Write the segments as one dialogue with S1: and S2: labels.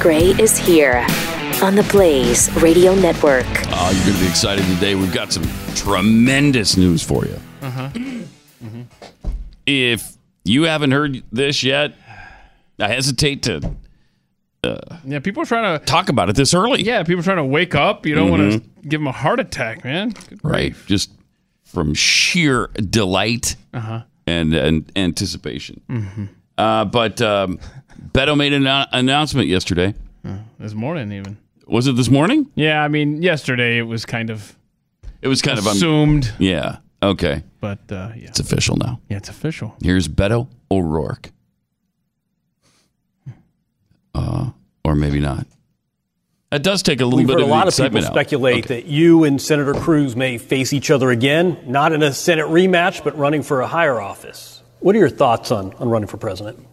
S1: Gray is here on the Blaze Radio Network.
S2: Oh, you're going to be excited today. We've got some tremendous news for you.
S3: Uh-huh.
S2: If you haven't heard this yet, I hesitate to
S3: Yeah, people are trying to.
S2: talk about it this early. Mm-hmm.
S3: Yeah, people are trying to wake up. You don't want to give them a heart attack, man.
S2: Right. Just from sheer delight
S3: Uh-huh.
S2: and, and anticipation.
S3: Mm-hmm.
S2: Uh, but um, Beto made an annou- announcement yesterday.
S3: This morning, even.
S2: Was it this morning?
S3: Yeah, I mean, yesterday it was kind of
S2: It was kind of. Um,
S3: assumed,
S2: yeah. Okay.
S3: but uh, yeah,
S2: It's official now.
S3: yeah, it's official.
S2: Here's Beto O'Rourke.
S3: Hmm.
S2: Uh, or maybe not. That does take a little
S4: We've
S2: bit
S4: heard a
S2: of the
S4: lot of people
S2: excitement out.
S4: speculate that you and Senator Cruz may face each other again, not in a Senate rematch, but running for a higher office. What are your thoughts on, on running for president?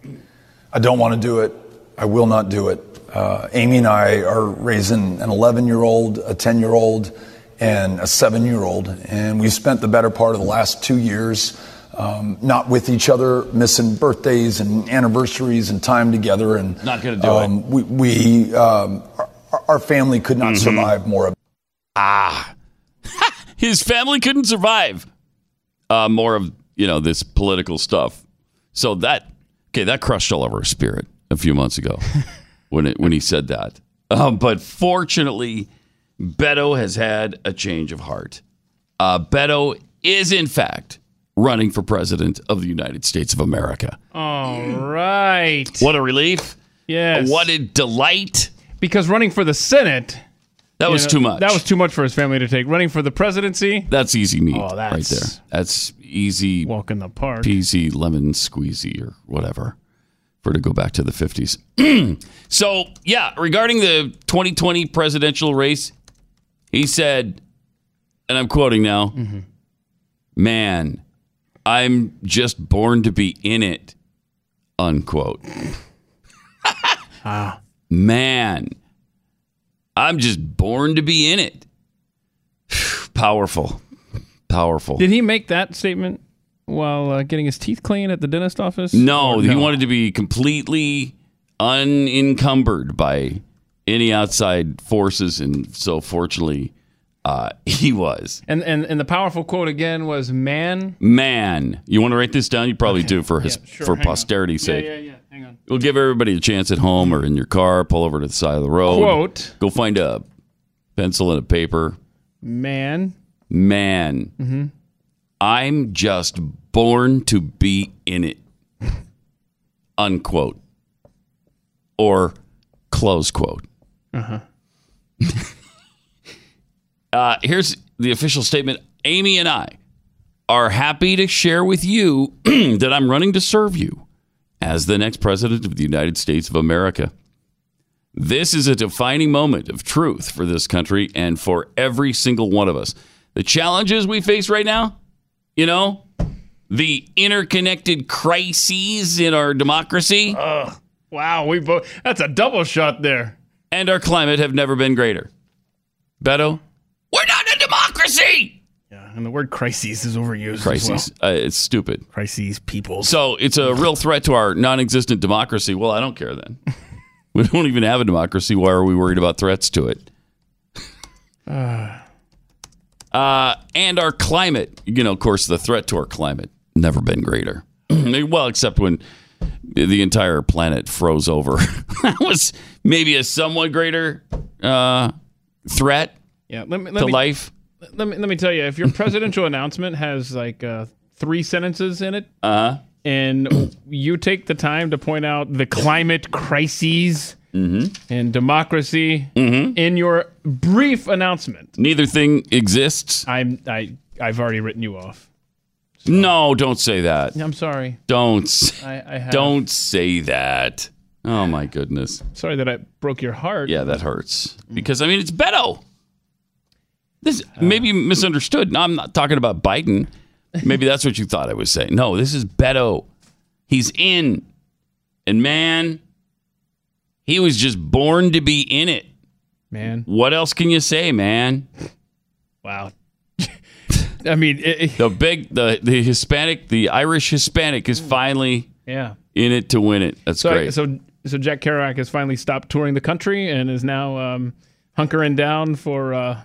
S5: I don't want to do it. I will not do it. Uh, Amy and I are raising an 11 year old, a 10 year old, and a 7 year old. And we've spent the better part of the last two years um, not with each other, missing birthdays and anniversaries and time together. And
S2: Not gonna do it.
S5: um, We, we um, our, our family could not
S2: Mm-hmm.
S5: survive more of
S2: Ah. His family couldn't survive uh, more of you know this political stuff. So that okay, that crushed all of our spirit a few months ago when it, when he said that. Um, but fortunately, Beto has had a change of heart. Uh, Beto is in fact running for president of the United States of America.
S3: All right.
S2: What a relief!
S3: Yes.
S2: What a delight!
S3: because running for the Senate
S2: That was too much.
S3: That was too much for his family to take. Running for the presidency,
S2: That's easy meat right
S3: Oh, that's-
S2: there. That's easy
S3: walk in the park.
S2: peasy lemon squeezy or whatever for to go back to the 50s. so, yeah, regarding the 2020 presidential race, he said, and I'm quoting now, man, I'm just born to be in it, unquote. Man, I'm just born to be in it. Powerful. Powerful.
S3: Did he make that statement while uh, getting his teeth cleaned at the dentist office?
S2: No,
S3: Or
S2: he wanted to be completely unencumbered by any outside forces, and so fortunately, uh, he was.
S3: And, and and the powerful quote again was, "Man."
S2: Man, you want to write this down? You probably do for his
S3: sure,
S2: for
S3: hang on.
S2: posterity's sake.
S3: yeah. Hang on.
S2: We'll give everybody a chance at home or in your car. Pull over to the side of the road.
S3: Quote,
S2: Go find a pencil and a paper.
S3: "Man." Mm-hmm.
S2: Man, I'm just born to be in it. Unquote. Or close quote. Uh-huh. here's the official statement Amy and I are happy to share with you that I'm running to serve you as the next president of the United States of America. This is a defining moment of truth for this country and for every single one of us. The challenges we face right now, you know, the interconnected crises in our democracy
S3: Wow, we both. That's a double shot there.
S2: and our climate have never been greater. Beto, we're not a democracy.
S3: Yeah, and the word crises is overused. as
S2: Crises.
S3: well.
S2: Uh, it's stupid.
S3: Crises. Peoples.
S2: So it's a real threat to our non existent democracy. Well, I don't care then. we don't even have a democracy. Why are we worried about threats to it?
S6: Mm-hmm.
S2: Uh, and our climate, you know, of course, the threat to our climate never been greater. well, except when the entire planet froze over. that was maybe a somewhat greater uh, threat
S3: Yeah. Let
S2: to
S3: me let me,
S2: life.
S3: let me let me tell you. If your presidential announcement has like uh, three sentences in it, uh
S2: Uh-huh.
S3: and you take the time to point out the climate crises and democracy in your brief announcement,
S2: Mm-hmm. Neither thing exists.
S3: I'm I I've already written you off.
S2: No, don't say that.
S3: I'm sorry.
S2: Don't. Say
S3: I, I have,
S2: Don't say that. Oh my goodness.
S3: Sorry that I broke your heart.
S2: Yeah, that hurts. Because I mean, it's Beto. This maybe you misunderstood. No, I'm not talking about Biden. Maybe that's what you thought I was saying. No, this is Beto. He's in. And man, he was just born to be in it.
S3: man.
S2: What else can you say, man?
S3: Wow. I mean, it, it-
S2: The big the the Hispanic, the Irish Hispanic is finally
S3: yeah.
S2: in it to win it. That's
S3: So,
S2: great.
S3: so so Jack Kerouac has finally stopped touring the country and is now um, hunkering down for uh,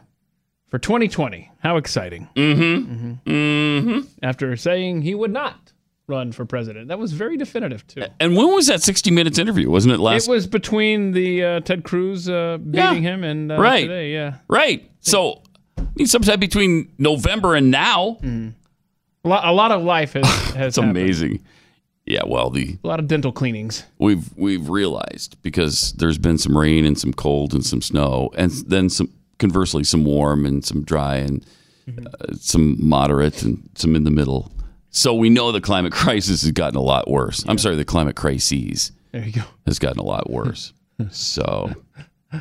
S3: for 2020. How exciting!
S2: Mm-hmm.
S3: Mm-hmm. After saying he would not run for president, that was very definitive too.
S2: And when was that 60 Minutes interview? Wasn't it last?
S3: It was between the uh, Ted Cruz uh, beating
S2: Yeah.
S3: him and uh,
S2: Right.
S3: today, yeah.
S2: right. So, I mean, sometime between November and now.
S3: Mm-hmm. A lot, a lot of life has has
S2: It's
S3: happened.
S2: amazing. Yeah. Well, the
S3: A lot of dental cleanings.
S2: we've we've realized because there's been some rain and some cold and some snow, and then some conversely some warm and some dry and
S3: Mm-hmm.
S2: uh, some moderate and some in the middle. So we know the climate crisis has gotten a lot worse. I'm sorry, the climate crises
S3: There you go.
S2: has gotten a lot worse. so
S3: Uh,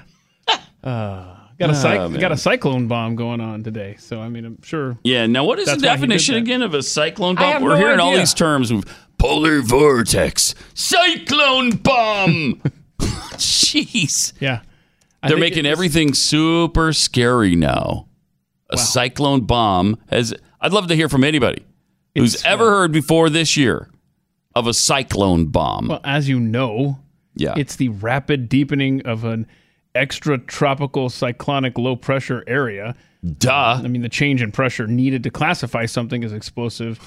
S3: Got a cyc-
S2: Ah, man.
S3: got a cyclone bomb going on today, so I mean, I'm sure
S2: yeah, now what is
S3: That's
S2: the
S3: why he did
S2: definition
S3: that.
S2: again of a cyclone
S3: I
S2: bomb?
S3: have
S2: We're
S3: no
S2: hearing all
S3: idea.
S2: these terms of polar vortex, cyclone bomb. Jeez.
S3: Yeah. I
S2: They're
S3: think
S2: making
S3: it's-
S2: everything super scary now. A cyclone bomb has. I'd love to hear from anybody who's
S3: It's,
S2: ever heard before this year of a cyclone bomb.
S3: Well, as you know,
S2: yeah,
S3: it's the rapid deepening of an extratropical cyclonic low pressure area.
S2: duh.
S3: I mean, the change in pressure needed to classify something as explosive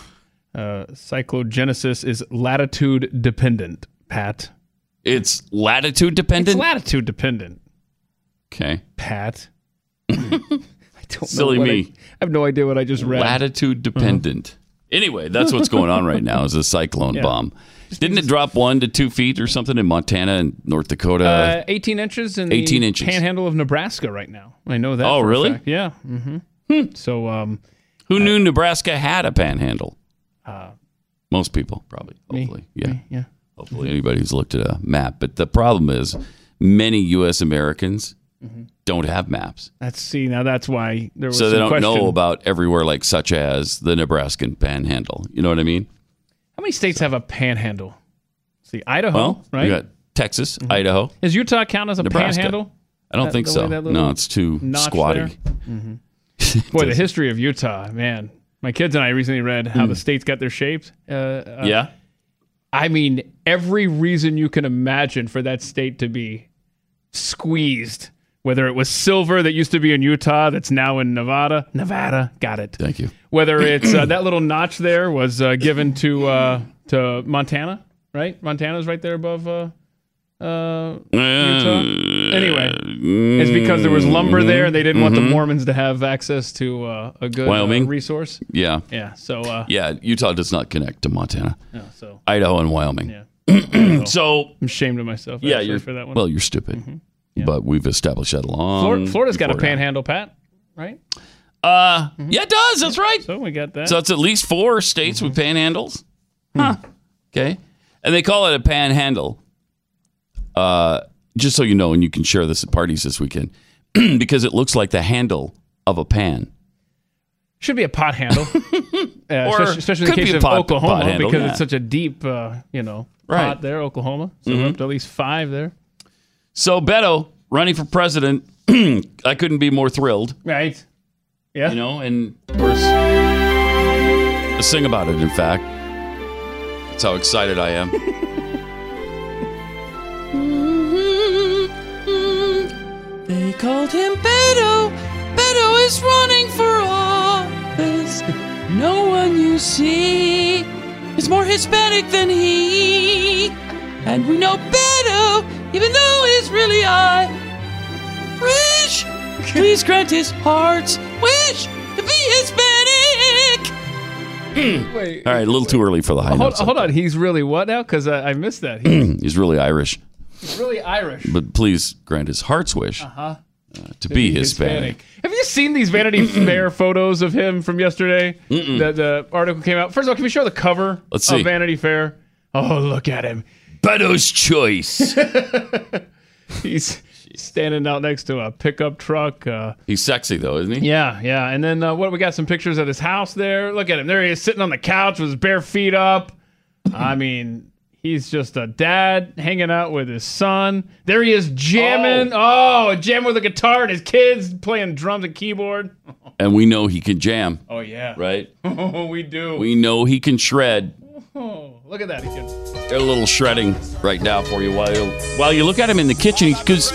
S3: uh, cyclogenesis is latitude dependent, Pat.
S2: It's latitude
S3: It's
S2: dependent.
S3: latitude dependent,
S2: okay,
S3: Pat. I don't know
S2: Silly
S3: what I-
S2: me.
S3: I have no idea what I just read. Uh-huh.
S2: latitude dependent. Anyway, that's what's going on right now is a cyclone bomb. Didn't it drop one to two feet or something in Montana and North Dakota?
S3: uh, 18 inches in
S2: 18
S3: the
S2: inches.
S3: panhandle of Nebraska right now. I know that.
S2: Oh,
S3: for a
S2: really?
S3: fact. Yeah. hmm So, um,
S2: Who knew Nebraska had a panhandle?
S3: uh,
S2: Most people, probably. Hopefully, yeah.
S3: yeah.
S2: hopefully anybody who's looked at a map. But the problem is, many U.S. Americans don't have maps,
S3: That's see now. That's why Mm-hmm. there was
S2: so
S3: some
S2: they don't
S3: question.
S2: know about everywhere, like such as the Nebraskan Panhandle. You know what I mean?
S3: how many states have a panhandle. See Idaho,
S2: Well,
S3: right? Mm-hmm.
S2: we got Texas, Idaho.
S3: Is Utah count as a
S2: Nebraska.
S3: panhandle?
S2: I don't
S3: That-
S2: think
S3: the way
S2: so.
S3: that
S2: No,
S3: little
S2: it's too
S3: notch
S2: squatty.
S3: Boy, the history of Utah, man. My kids and I recently read how the states got their shapes. Uh, uh,
S2: Hmm. yeah,
S3: I mean, every reason you can imagine for that state to be squeezed. Whether it was silver that used to be in Utah, that's now in Nevada. Nevada, got it.
S2: thank you.
S3: whether it's uh, that little notch there was uh, given to uh, to Montana, right? Montana's right there above. Uh, uh, anyway, it's because there was
S2: Mm-hmm.
S3: lumber there, and they didn't want the Mormons to have access to uh, a good uh,
S2: Wyoming?
S3: resource.
S2: Yeah,
S3: Yeah, so uh,
S2: yeah. Utah does not connect to Montana,
S3: yeah, so
S2: Idaho, and Wyoming. so
S3: I'm ashamed of myself.
S2: yeah,
S3: actually,
S2: you're
S3: for that one.
S2: Well, um, you're stupid. But we've established that long.
S3: Mm-hmm. Flor- Florida's got a
S2: beforehand.
S3: panhandle, Pat, right? Mm-hmm.
S2: Uh, yeah, it does. That's right.
S3: So we got that.
S2: So it's at least four states with
S3: Mm-hmm.
S2: panhandles.
S3: Hmm.
S2: Huh. Okay. And they call it a panhandle. Uh, just so you know, and you can share this at parties this weekend, because it looks like the handle of a pan.
S3: Should be a pot handle, uh,
S2: Or
S3: especially, especially in
S2: could
S3: the
S2: be
S3: case
S2: a
S3: of
S2: pot-
S3: Oklahoma
S2: pot handle,
S3: because
S2: yeah.
S3: it's such a deep, uh, you know,
S2: Right.
S3: pot there, Oklahoma. So we're up to at least five there.
S2: So Beto running for president, I couldn't be more thrilled.
S3: Right.
S2: You know, and of course, sing about it. In fact, that's how excited I am.
S6: Mm-hmm. They called him Beto. Beto is running for office. No one you see is more Hispanic than he. And we know Beto, even though he's really Irish. Please grant his heart's wish to be Hispanic.
S2: Hmm.
S3: Wait.
S2: All right, a little too early for the high
S3: Hold,
S2: notes.
S3: hold on. He's really what now? Because I, I missed that. He's
S2: He's really Irish.
S3: really Irish. Uh-huh.
S2: but please grant his heart's wish uh, to be Hispanic.
S3: Have you seen these Vanity Fair photos of him from yesterday? That the article came out. First of all, can we show the cover
S2: Let's see.
S3: of Vanity Fair? Oh, look at him.
S2: Beto's choice.
S3: He's standing out next to a pickup truck. Uh,
S2: He's sexy though, isn't he?
S3: Yeah, yeah. And then uh, what? We got some pictures at his house there. Look at him. There he is sitting on the couch with his bare feet up. I mean, he's just a dad hanging out with his son. There he is jamming. Oh, jamming with a guitar and his kids playing drums and keyboard.
S2: And we know he can jam,
S3: Oh, yeah.
S2: right?
S3: Oh, we do.
S2: We know he can shred.
S3: oh, Look at that. He can-
S2: A little shredding right now for you while you while you look at him in the kitchen because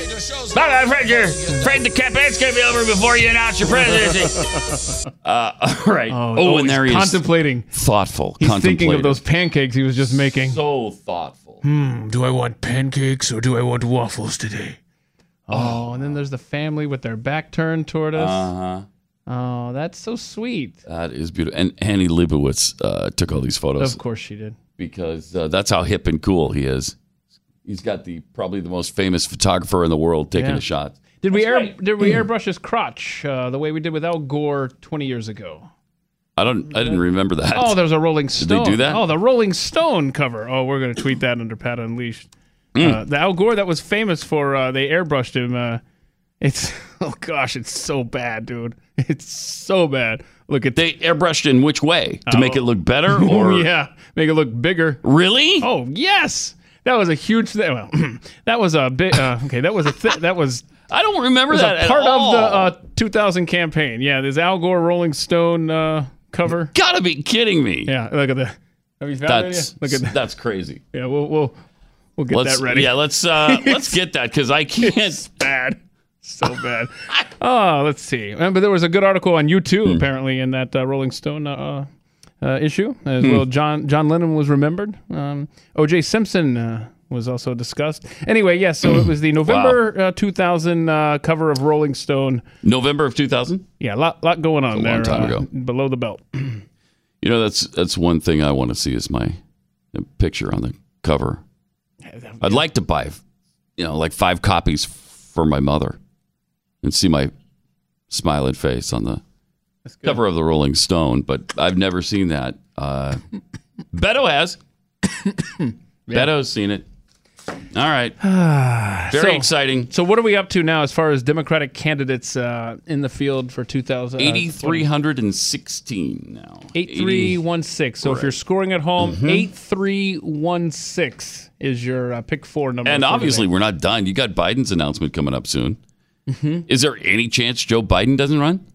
S2: I'm afraid you're afraid the campaign's gonna be over before you announce your presidency. uh, all right. Oh, and
S3: he's
S2: there he is.
S3: contemplating.
S2: thoughtful.
S3: He's thinking of
S2: contemplative.
S3: those pancakes he was just making.
S2: So thoughtful.
S3: Hmm,
S7: Do I want pancakes or do I want waffles today?
S3: Oh, and then there's the family with their back turned toward us. Oh, that's so sweet.
S2: That is beautiful. And Annie Leibovitz uh, took all these photos
S3: Of course she did.
S2: because uh, that's how hip and cool he is. He's got the probably the most famous photographer in the world taking
S3: Yeah.
S2: a shot.
S3: Did we air, did we airbrush his crotch uh, the way we did with Al Gore 20 years ago?
S2: I don't. I didn't remember that.
S3: Oh, there's a Rolling Stone.
S2: do that?
S3: Oh, the Rolling Stone cover. Oh, we're gonna tweet that under Pat Unleashed.
S2: Mm.
S3: Uh, the Al Gore that was famous for uh, they airbrushed him. Uh, it's oh gosh, it's so bad, dude. It's so bad. Look at that.
S2: they airbrushed in which way to make it look better or
S3: Oh. yeah, make it look bigger.
S2: really?
S3: Oh yes, that was a huge thing. Well, that was a bit. Uh, okay, that was a thi- that was
S2: I don't remember
S3: was
S2: that
S3: a
S2: at
S3: part
S2: all.
S3: of the uh, 2000 campaign. Yeah, this Al Gore Rolling Stone uh, cover.
S2: Gotta be kidding me.
S3: Yeah, look at that. Have you found
S2: That's
S3: it yet? Look at that.
S2: that's crazy.
S3: Yeah, we'll we'll we'll get
S2: Let's
S3: that ready.
S2: yeah. Let's uh, let's get that because I can't.
S3: bad, so bad. oh, let's see. Uh, But there was a good article on YouTube
S2: Hmm.
S3: apparently in that uh, Rolling Stone uh, uh, issue as
S2: Hmm.
S3: well. John John Lennon was remembered. Um, O.J. Simpson. Uh, was also discussed. Anyway, yes, so it was the November uh, 2000 uh, cover of Rolling Stone.
S2: November of two thousand.
S3: Yeah, a lot, lot going on there.
S2: long time
S3: uh,
S2: ago.
S3: Below the belt.
S2: You know that's that's one thing I want to see is my uh, picture on the cover. I'd like to buy, you know, like five copies for my mother, and see my smiling face on the cover of the Rolling Stone. But I've never seen that. Uh, Beto has. Beto's seen it. All right. Very
S3: Ah, So-
S2: exciting.
S3: So what are we up to now as far as Democratic candidates uh, in the field for 2000?
S2: Eighty three hundred and sixteen now.
S3: 8316. So if you're scoring at home,
S2: Mm-hmm.
S3: 8316 is your uh, pick four number.
S2: And
S3: for
S2: obviously,
S3: today.
S2: we're not done. You got Biden's announcement coming up soon. Is there any chance Joe Biden doesn't run?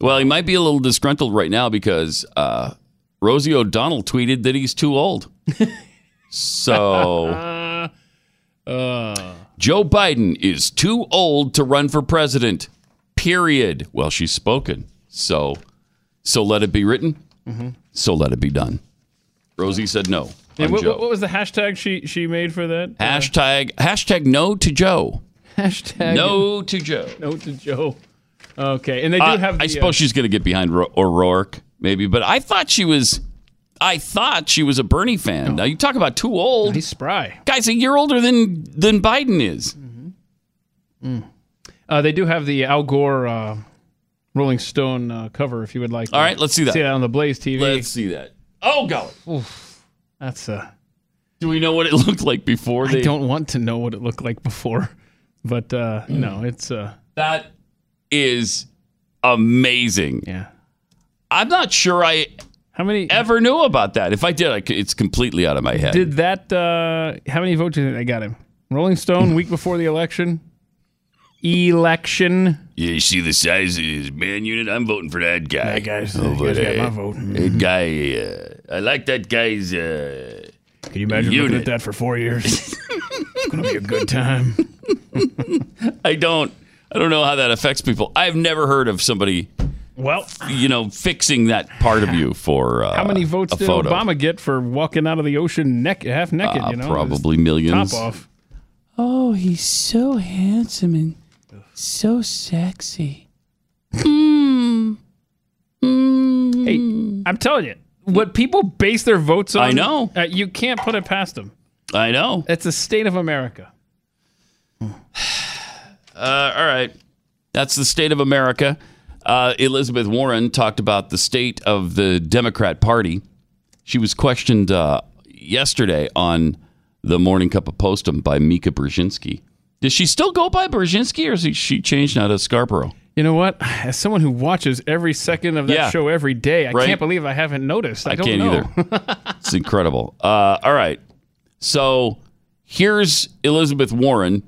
S2: Well, he might be a little disgruntled right now because uh, Rosie O'Donnell tweeted that he's too old.
S3: Uh,
S2: so Oh. Joe Biden is too old to run for president. Period. Well, she's spoken. So, so let it be written. So let it be done. Rosie said no.
S3: And
S2: on
S3: what,
S2: Joe.
S3: what what was the hashtag she she made for that? Uh,
S2: hashtag hashtag no to Joe.
S3: hashtag
S2: No to Joe.
S3: no to Joe. Okay, and they do
S2: Uh,
S3: have. The,
S2: I suppose she's going to get behind Ro- O'Rourke, maybe. But I thought she was, I thought she was a Bernie fan. Now you talk about too
S3: uh,
S2: old.
S3: he's spry. Mm-hmm.
S2: Guy's a year older than than Biden is.
S3: Uh, they do have the Al Gore uh, Rolling Stone uh, cover if you would like.
S2: All right, let's see that.
S3: see that on the Blaze TV.
S2: Let's see that. Oh God!
S3: That's uh,
S2: Do we know what it looked like before they?
S3: I don't want to know what it looked like before, but uh,
S2: Mm.
S3: no, it's uh,
S2: That is amazing.
S3: yeah.
S2: I'm not sure I
S3: How many
S2: ever knew about that. If I did, I, c- it's completely out of my head.
S3: Did that? Uh, how many votes do you think they got him? Rolling Stone week before the election. Election.
S2: Yeah, you see the size of his man unit. I'm voting for that guy. That
S3: guy's- that guy's got my vote.
S2: That guy. Uh, I like that guy's. Uh,
S3: Can you imagine
S2: Unit.
S3: looking at that for four years? it's gonna be a good time.
S2: I don't. I don't know how that affects people. I've never heard of somebody,
S3: Well,
S2: you know, fixing that part of you for uh,
S3: how many votes
S2: a
S3: did
S2: photo.
S3: Obama get for walking out of the ocean neck half naked?
S2: Uh,
S3: you know,
S2: probably
S3: His
S2: millions.
S3: top off.
S6: Oh, he's so handsome and so sexy.
S8: Hmm.
S3: Hey, I'm telling you, what people base their votes on.
S2: I know. Oh.
S3: Uh, you can't put it past them.
S2: I know.
S3: It's the state of America.
S2: Uh, all right. That's the state of America. Uh, Elizabeth Warren talked about the state of the Democrat Party. She was questioned uh, yesterday on the Morning Cup of Postum by Mika Brzezinski. Does she still go by Brzezinski or is she changed now to Scarborough?
S3: You know what? As someone who watches every second of that
S2: Yeah.
S3: show every day, I
S2: Right.
S3: can't believe I haven't noticed. I,
S2: I
S3: don't
S2: can't
S3: know.
S2: either. Oh, it's incredible. Uh, all right. So here's Elizabeth Warren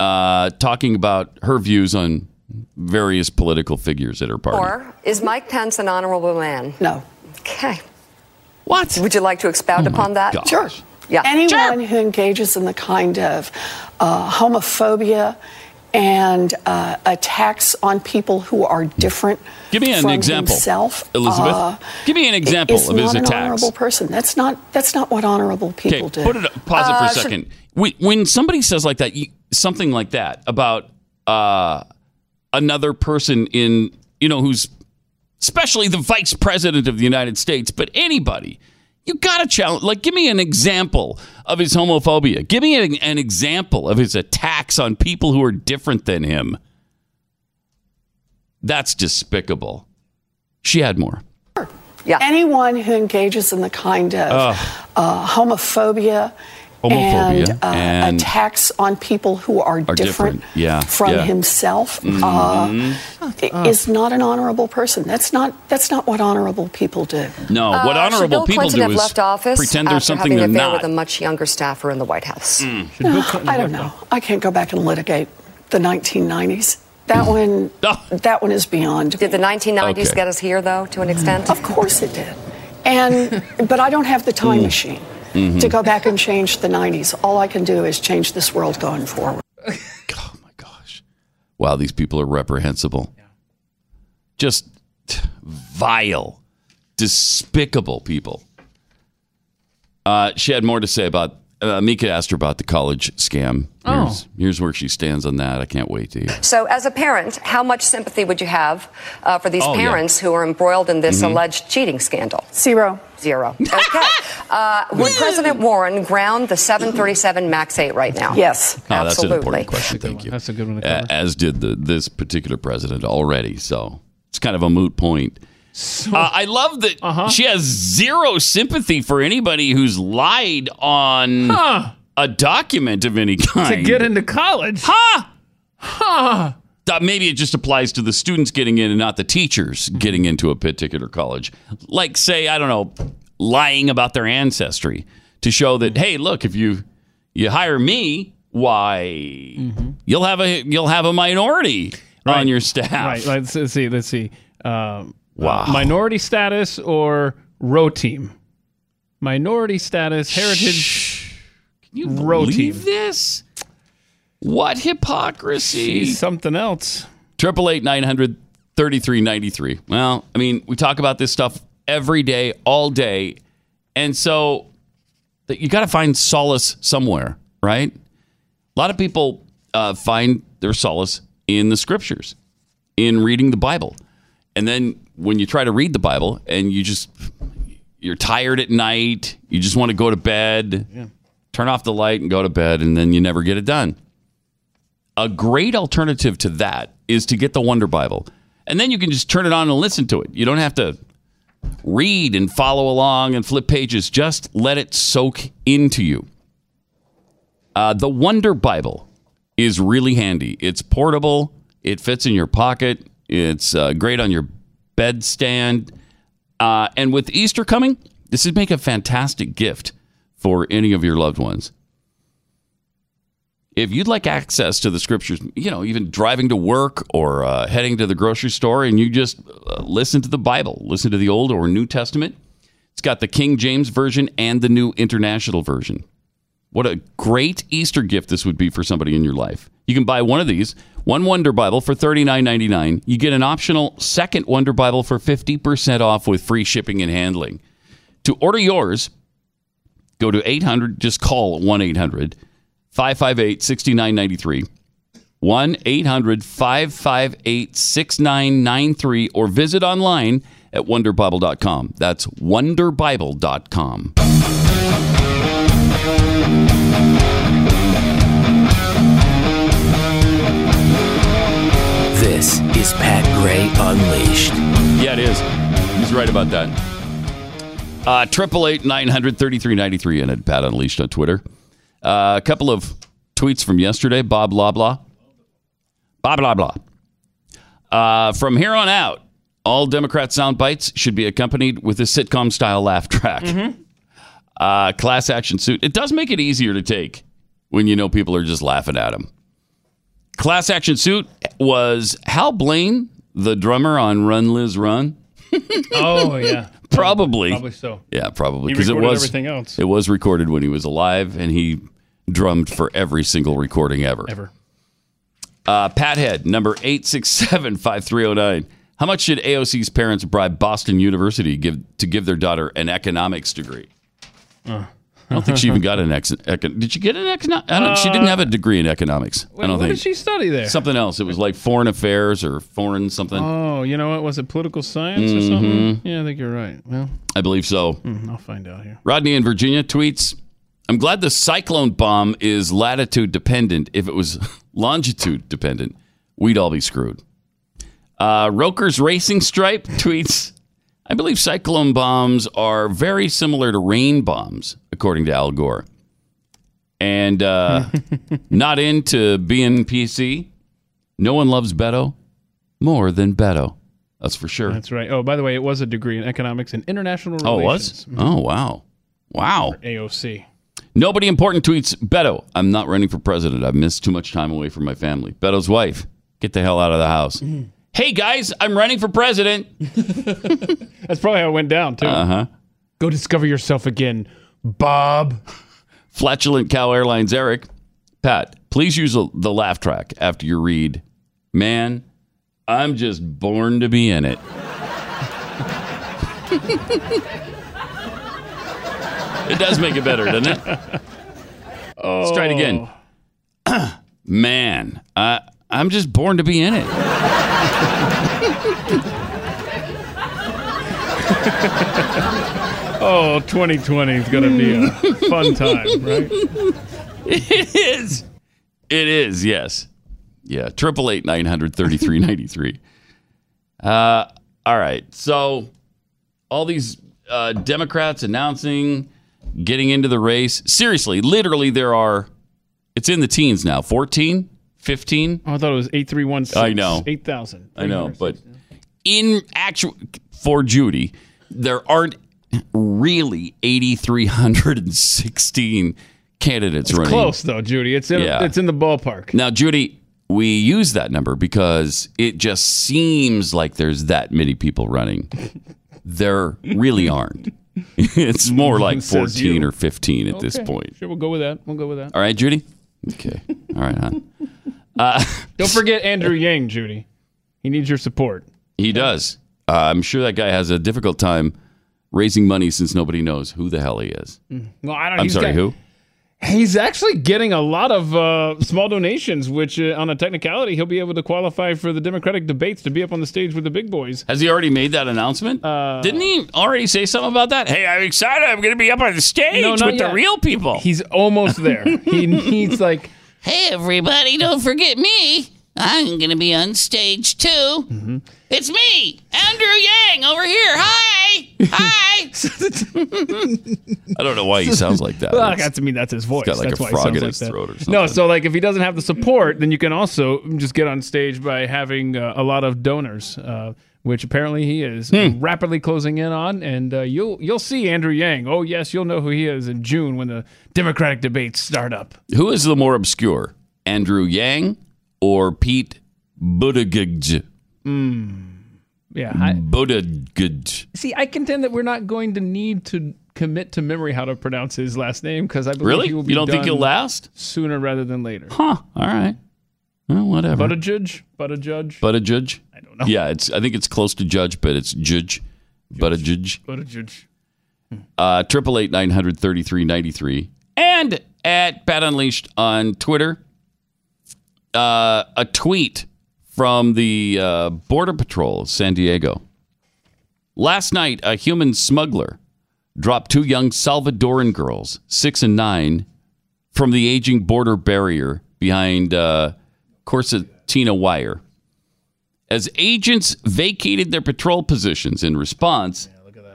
S2: uh, talking about her views on various political figures at her party.
S9: Or is Mike Pence an honorable man?
S8: No.
S9: Okay.
S2: What? Oh
S9: Would you like to expound upon that?
S2: gosh.
S9: Sure. Yeah.
S8: Anyone who engages in the kind of uh, homophobia and uh, attacks on people who are different
S2: Give me an
S8: from
S2: example,
S8: himself,
S2: Elizabeth.
S8: uh,
S2: Give me an example
S8: is
S2: of his
S8: not an
S2: attacks.
S8: honorable person. That's not that's not what honorable people Uh, do.
S2: Put it up, pause
S9: Uh,
S2: it for a second. When, when somebody says like that, you, something like that about uh, another person in you know who's especially the vice president of the United States, but anybody, you gotta challenge. Like, give me an example of his homophobia. Give me an, an example of his attacks on people who are different than him. That's despicable. She had more.
S8: Anyone who engages in the kind of uh, homophobia,
S2: Homophobia
S8: and, uh,
S2: and-
S8: attacks on people who are,
S2: different, yeah,
S8: from
S2: yeah. Mm-hmm.
S8: himself uh, is not an honorable person. That's not that's not what honorable people do.
S2: No, what
S9: Uh, should
S2: honorable
S9: Bill
S2: people
S9: Clinton
S2: do
S9: have
S2: is
S9: left office
S2: pretend there's
S9: after
S2: something
S9: having
S2: they're
S9: an affair
S2: not.
S9: with a much younger staffer in the White House.
S8: I don't know. I can't go back and litigate the 1990s. That one
S2: Ah.
S8: that one is beyond.
S9: Did the 1990s
S2: Okay.
S9: get us here, though, to an extent?
S8: Of course it did. And but I don't have the time
S2: Mm-hmm.
S8: machine to go back and change the 90s. All I can do is change this world going forward.
S2: Oh my gosh. Wow, these people are reprehensible. Just vile, despicable people. Uh, she had more to say about. Uh, Mika asked her about the college scam.
S3: Oh.
S2: Here's, here's where she stands on that. I can't wait to hear.
S9: So, as a parent, how much sympathy would you have uh, for these
S2: Oh, yeah. Mm-hmm.
S9: parents who are embroiled in this alleged cheating scandal?
S8: Zero.
S9: Zero. Okay. uh, would President Warren ground the 737 MAX 8 right now?
S8: Yes.
S2: Oh, that's an
S9: Absolutely.
S2: important question. Thank you.
S3: That's a good one to
S2: A-
S3: cover.
S2: As did the, this particular president already. So it's kind of a moot point. Uh, I love that
S3: Uh-huh.
S2: she has zero sympathy for anybody who's lied on
S3: Huh.
S2: a document of any kind.
S3: To get into college.
S2: Huh? Uh, Maybe it just applies to the students getting in and not the teachers
S3: Mm-hmm.
S2: getting into a particular college. Like, say, I don't know, lying about their ancestry to show that,
S3: Mm-hmm.
S2: hey, look, if you you hire me, why you'll have a you'll have a minority on your staff.
S3: Mm-hmm. Right. Let's, let's see. Let's see. Um,
S2: Wow.
S3: Minority status or row team? Minority status, heritage.
S2: Can you
S3: Row
S2: believe
S3: team.
S2: this? What hypocrisy!
S3: He's something else.
S2: Triple eight nine hundred thirty three ninety three. Well, I mean, we talk about this stuff every day, all day, and so that you got to find solace somewhere, right? A lot of people uh, find their solace in the scriptures, in reading the Bible, and then when you try to read the Bible and you just you're tired at night, you just want to go to bed, turn off the light and go to bed, and then you never get it done a great alternative to that is to get the Wonder Bible. And then you can just turn it on and listen to it. You don't have to read and follow along and flip pages. Just let it soak into you. Uh, the Wonder Bible is really handy. It's portable, it fits in your pocket, it's uh, great on your bedstand. Uh, and with Easter coming, this would make a fantastic gift for any of your loved ones if you'd like access to the scriptures, you know, even driving to work or uh, heading to the grocery store, and you just uh, listen to the Bible, listen to the Old or New Testament, it's got the King James Version and the New International Version. What a great Easter gift this would be for somebody in your life. You can buy one of these, one Wonder Bible for $39.99. You get an optional second Wonder Bible for 50% off with free shipping and handling. To order yours, go to 800, just call 1 800 558 6993. 1 800 558 6993 or visit online at wonderbible.com. That's wonderbible.com.
S10: This is Pat Gray Unleashed.
S2: Yeah, it is. He's right about that. Uh, Triple eight nine hundred thirty three ninety three and at Pat Unleashed on Twitter. Uh, a couple of tweets from yesterday. Bob blah blah, blah blah blah. Uh, from here on out, all Democrat sound bites should be accompanied with a sitcom style laugh track. Uh, class action suit. It does make it easier to take when you know people are just laughing at him. Class action suit was Hal Blaine, the drummer on Run Liz Run
S3: Oh, yeah.
S2: Probably.
S3: Probably so.
S2: Yeah, probably
S3: He
S2: because it
S3: recorded
S2: was
S3: everything else.
S2: It was recorded when he was alive, and he drummed for every single recording ever.
S3: Ever.
S2: Uh, Pathead number eight six seven five three zero nine. How much should AOC's parents bribe Boston University give to give their daughter an economics degree?
S3: Uh.
S2: I don't think she even got an ex. Econ- did she get an economics? I don't. she didn't have a degree in economics. I don't
S3: Uh, what
S2: think.
S3: did she study there?
S2: Something else. It was like foreign affairs or foreign something.
S3: Oh, you know what? Was it political science or
S2: Mhm.
S3: something? Yeah, I think you're right. Well,
S2: I believe so.
S3: hmm, I'll find out here.
S2: Rodney in Virginia tweets I'm glad the cyclone bomb is latitude dependent. If it was longitude dependent, we'd all be screwed. Uh, Roker's Racing Stripe tweets I believe cyclone bombs are very similar to rain bombs, according to Al Gore. And uh, not into being PC. No one loves Beto more than Beto. That's for sure.
S3: That's right. Oh, by the way, it was a degree in economics and international
S2: Oh, it
S3: relations. Mm-hmm.
S2: was? Oh, wow. Wow.
S3: AOC.
S2: Nobody important tweets Beto, I'm not running for president. I've missed too much time away from my family. Beto's wife, get the hell out of the house.
S3: Mm-hmm.
S2: Hey, guys, I'm running for president.
S3: That's probably how it went down, too.
S2: Uh huh.
S3: Go discover yourself again, Bob.
S2: Flatulent Cow Airlines Eric. Pat, please use a- the laugh track after your read. Man, I'm just born to be in it. It does make it better, doesn't it?
S3: Oh.
S2: Let's try it again. Man, I, I'm just born to be in it.
S3: Oh, 2020 is going to be a fun time, right?
S2: It is. It is, yes. Yeah, 888 900 Uh All right. So all these uh, Democrats announcing, getting into the race. Seriously, literally, there are, it's in the teens now 14, 15.
S3: Oh, I thought it was 8316.
S2: I know.
S3: 8,000.
S2: I know, but in actual for Judy, there aren't really 8,316 candidates
S3: It's
S2: running.
S3: close, though, Judy. It's in,
S2: Yeah.
S3: it's in the ballpark.
S2: Now, Judy, we use that number because it just seems like there's that many people running. there really aren't. It's more like
S3: Says
S2: 14
S3: you.
S2: or 15 at this
S3: Okay.
S2: point.
S3: Sure, we'll go with that. We'll go with that.
S2: All right, Judy? Okay. All right, hon. Uh,
S3: Don't forget Andrew Yang, Judy. He needs your support.
S2: He does. Uh, I'm sure that guy has a difficult time raising money since nobody knows who the hell he is.
S3: Well, I don't.
S2: I'm
S3: he's
S2: sorry,
S3: got-
S2: who?
S3: He's actually getting a lot of uh, small donations, which uh, on a technicality, he'll be able to qualify for the Democratic debates to be up on the stage with the big boys.
S2: Has he already made that announcement? Uh, Didn't he already say something about that? Hey, I'm excited. I'm going to be up on the stage
S3: No, not
S2: with the
S3: yet.
S2: real people.
S3: He's almost there. he needs like
S6: Hey, everybody, don't forget me. I'm going to be on stage too.
S3: Hmm.
S6: It's me, Andrew Yang, over here. Hi. Hi.
S2: I don't know why he sounds like that.
S3: Well,
S2: It's-
S3: that's, I mean, that's his voice.
S2: got, like,
S3: that's
S2: a
S3: why
S2: frog
S3: he
S2: in
S3: sounds like
S2: his
S3: that.
S2: throat or
S3: No, so like if he doesn't have the support, then you can also just get on stage by having uh, a lot of donors, uh, which apparently he is
S2: Hmm.
S3: rapidly closing in on. And uh, you'll you'll see Andrew Yang. Oh yes, you'll know who he is in June when the Democratic debates start up.
S2: Who is the more obscure, Andrew Yang or Pete Buttigieg?
S3: Yeah. I,
S2: Buttigieg.
S3: Hmm. see, I contend that we're not going to need to commit to memory how to pronounce his last name because I believe
S2: Really?
S3: he will
S2: You
S3: be
S2: don't think
S3: done
S2: he'll last?
S3: sooner rather than later.
S2: Huh. All right. Well, whatever.
S3: But a judge, but a judge,
S2: But a judge? I don't know. Yeah, it's. I think it's close to judge, but it's judge. But a judge.
S3: but a judge.
S2: Uh, Triple eight nine hundred thirty three ninety three, and at Pat Unleashed on Twitter. Uh, a tweet from the uh, Border Patrol, of San Diego. Last night, a human smuggler dropped two young Salvadoran girls, six and nine, from the aging border barrier behind uh, Corsatina Wire. As agents vacated their patrol positions in response,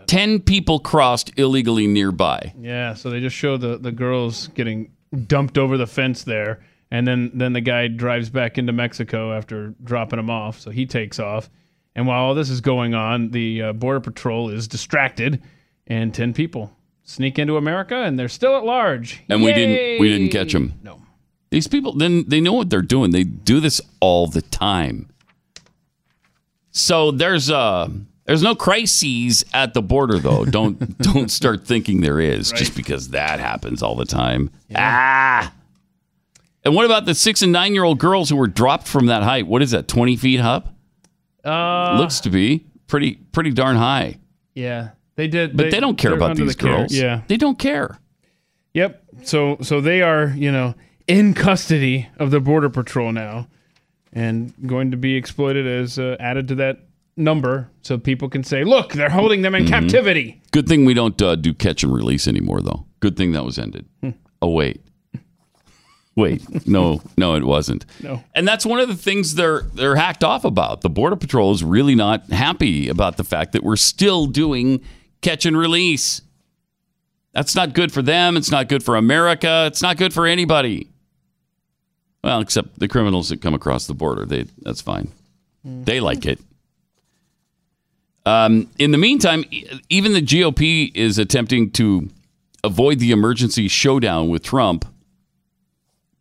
S2: 10 people crossed illegally nearby.
S3: Yeah, so they just show the, the girls getting dumped over the fence there, and then, then the guy drives back into Mexico after dropping them off, so he takes off. And while all this is going on, the uh, Border Patrol is distracted, and 10 people sneak into America, and they're still at large.
S2: And we didn't we didn't catch
S3: Yay!
S2: them. No. These people then they know what they're doing. They do this all the time. So there's uh There's no crises at the border, though. Don't don't start thinking there is just because that happens all the time. Ah. And what about the six and nine year old girls who were dropped from that height? What is that? Twenty feet up?
S3: Uh,
S2: Looks to be pretty pretty darn high.
S3: yeah, they did.
S2: But they don't care
S3: they're
S2: about
S3: under
S2: these
S3: the care.
S2: girls.
S3: Yeah,
S2: they don't care.
S3: Yep. So so they are you know in custody of the border patrol now, and going to be exploited as uh, added to that number, so people can say, look, they're holding them in
S2: Mhm.
S3: captivity.
S2: Good thing we don't uh, do catch and release anymore, though. Good thing that was ended.
S3: Hmm.
S2: oh wait, wait, no, no, it wasn't.
S3: No.
S2: And that's one of the things they're they're hacked off about. The border patrol is really not happy about the fact that we're still doing catch and release. That's not good for them. It's not good for America. It's not good for anybody. Well, except the criminals that come across the border. They that's fine. They like it. Um, in the meantime, e- even the GOP is attempting to avoid the emergency showdown with Trump,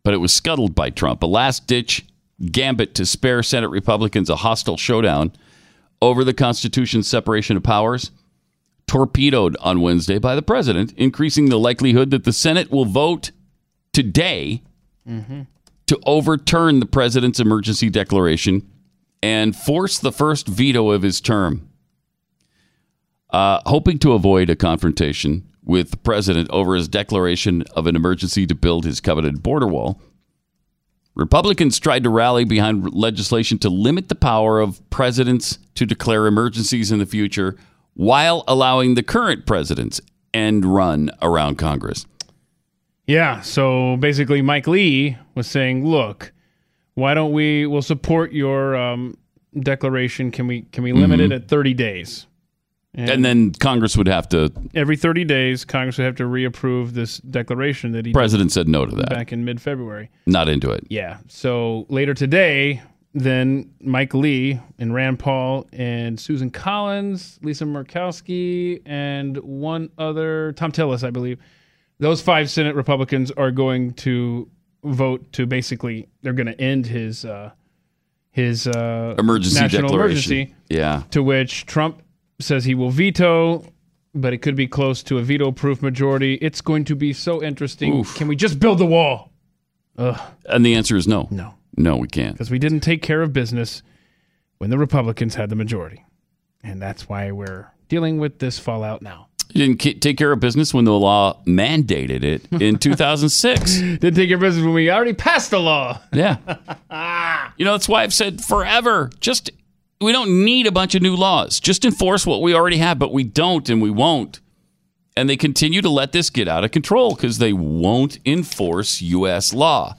S2: but it was scuttled by Trump. A last ditch gambit to spare Senate Republicans a hostile showdown over the Constitution's separation of powers, torpedoed on Wednesday by the president, increasing the likelihood that the Senate will vote today
S3: Mm-hmm.
S2: to overturn the president's emergency declaration and force the first veto of his term. Uh, hoping to avoid a confrontation with the president over his declaration of an emergency to build his coveted border wall, Republicans tried to rally behind legislation to limit the power of presidents to declare emergencies in the future while allowing the current presidents end run around Congress.
S3: Yeah. So basically, Mike Lee was saying, "Look, why don't we? We'll support your um, declaration. Can we? Can we limit
S2: Mhm.
S3: it at 30 days?
S2: And, then Congress would have to,
S3: Every 30 days, Congress would have to reapprove this declaration that he did
S2: president said no to that,
S3: back in mid-February.
S2: not into it.
S3: Yeah. So later today, then Mike Lee and Rand Paul and Susan Collins, Lisa Murkowski, and one other, Tom Tillis, I believe. Those five Senate Republicans are going to vote to basically they're going to end his uh, his uh,
S2: Emergency
S3: national
S2: declaration.
S3: emergency.
S2: Yeah.
S3: To which Trump says he will veto, but it could be close to a veto-proof majority. It's going to be so interesting.
S2: Oof.
S3: Can we just build the wall?
S2: And the answer is no. No. No, we can't.
S3: because we didn't take care of business when the Republicans had the majority. And that's why we're dealing with this fallout now.
S2: You didn't ca- take care of business when the law mandated it in 2006.
S3: Didn't take care of business when we already passed the law.
S2: Yeah. you know, that's why I've said forever just we don't need a bunch of new laws. Just enforce what we already have, but we don't and we won't. And they continue to let this get out of control because they won't enforce U.S. law.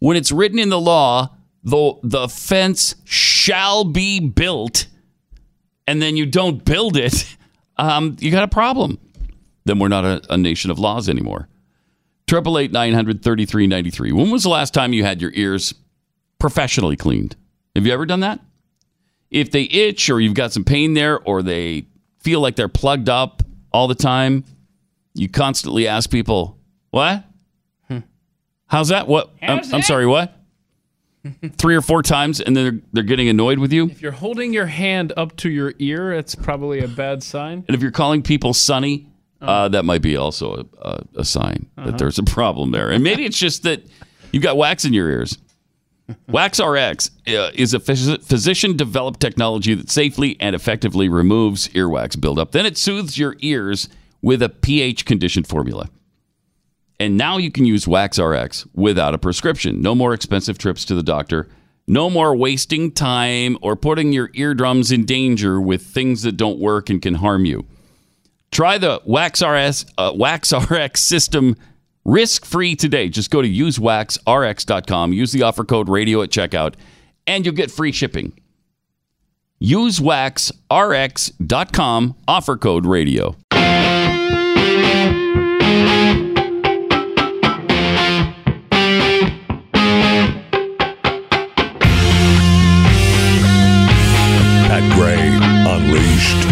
S2: When it's written in the law, the, the fence shall be built, and then you don't build it, um, you got a problem. Then we're not a, a nation of laws anymore. Triple eight nine hundred thirty three ninety three. When was the last time you had your ears professionally cleaned? Have you ever done that? If they itch, or you've got some pain there, or they feel like they're plugged up all the time, you constantly ask people, "What? How's that? What? I'm, I'm sorry, what?" Three or four times, and then they're, they're getting annoyed with you.
S3: If you're holding your hand up to your ear, it's probably a bad sign.
S2: And if you're calling people Sonny, uh, that might be also a, a, a sign
S3: Uh-huh.
S2: that there's a problem there. And maybe it's just that you've got wax in your ears. Wax RX uh, is a physician developed technology that safely and effectively removes earwax buildup. Then it soothes your ears with a pH conditioned formula. And now you can use Wax RX without a prescription. No more expensive trips to the doctor. No more wasting time or putting your eardrums in danger with things that don't work and can harm you. Try the Wax RS, uh, Wax RX system risk free today. Just go to usewaxrx.com, use the offer code radio at checkout, and you'll get free shipping. Usewaxrx.com, offer code radio.
S11: Pat Gray Unleashed.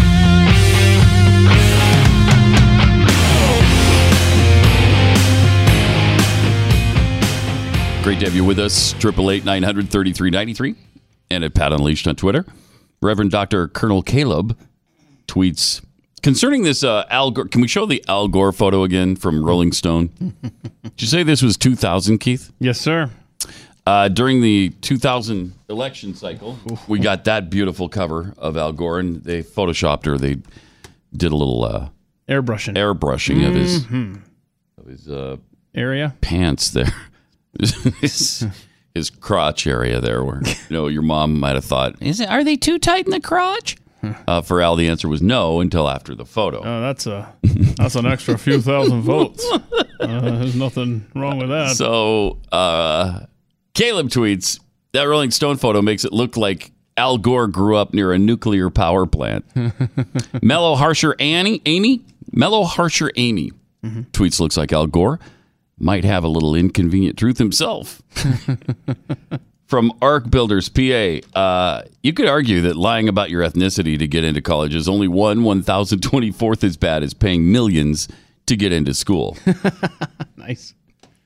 S2: Great to have you with us. Triple eight nine hundred thirty three ninety three, and at Pat Unleashed on Twitter. Reverend Doctor Colonel Caleb tweets concerning this uh, Al Gore. Can we show the Al Gore photo again from Rolling Stone? Did you say this was 2000, Keith?
S3: Yes, sir.
S2: Uh, during the 2000 election cycle, we got that beautiful cover of Al Gore, and they photoshopped her. They did a little uh,
S3: airbrushing,
S2: airbrushing of his
S3: Mhm.
S2: of his uh,
S3: area.
S2: pants there, his, his crotch area there, where you know your mom might have thought is it are they too tight in the crotch? Uh, for Al, the answer was no until after the photo.
S3: Oh, that's a that's an extra few thousand votes. Uh, there's nothing wrong with that.
S2: So uh, Caleb tweets that Rolling Stone photo makes it look like Al Gore grew up near a nuclear power plant. Mellow Harsher Annie, Amy, Mellow Harsher Amy tweets looks like Al Gore might have a little inconvenient truth himself. From Arc Builders, PA, uh, you could argue that lying about your ethnicity to get into college is only one 1,024th as bad as paying millions to get into school.
S3: nice.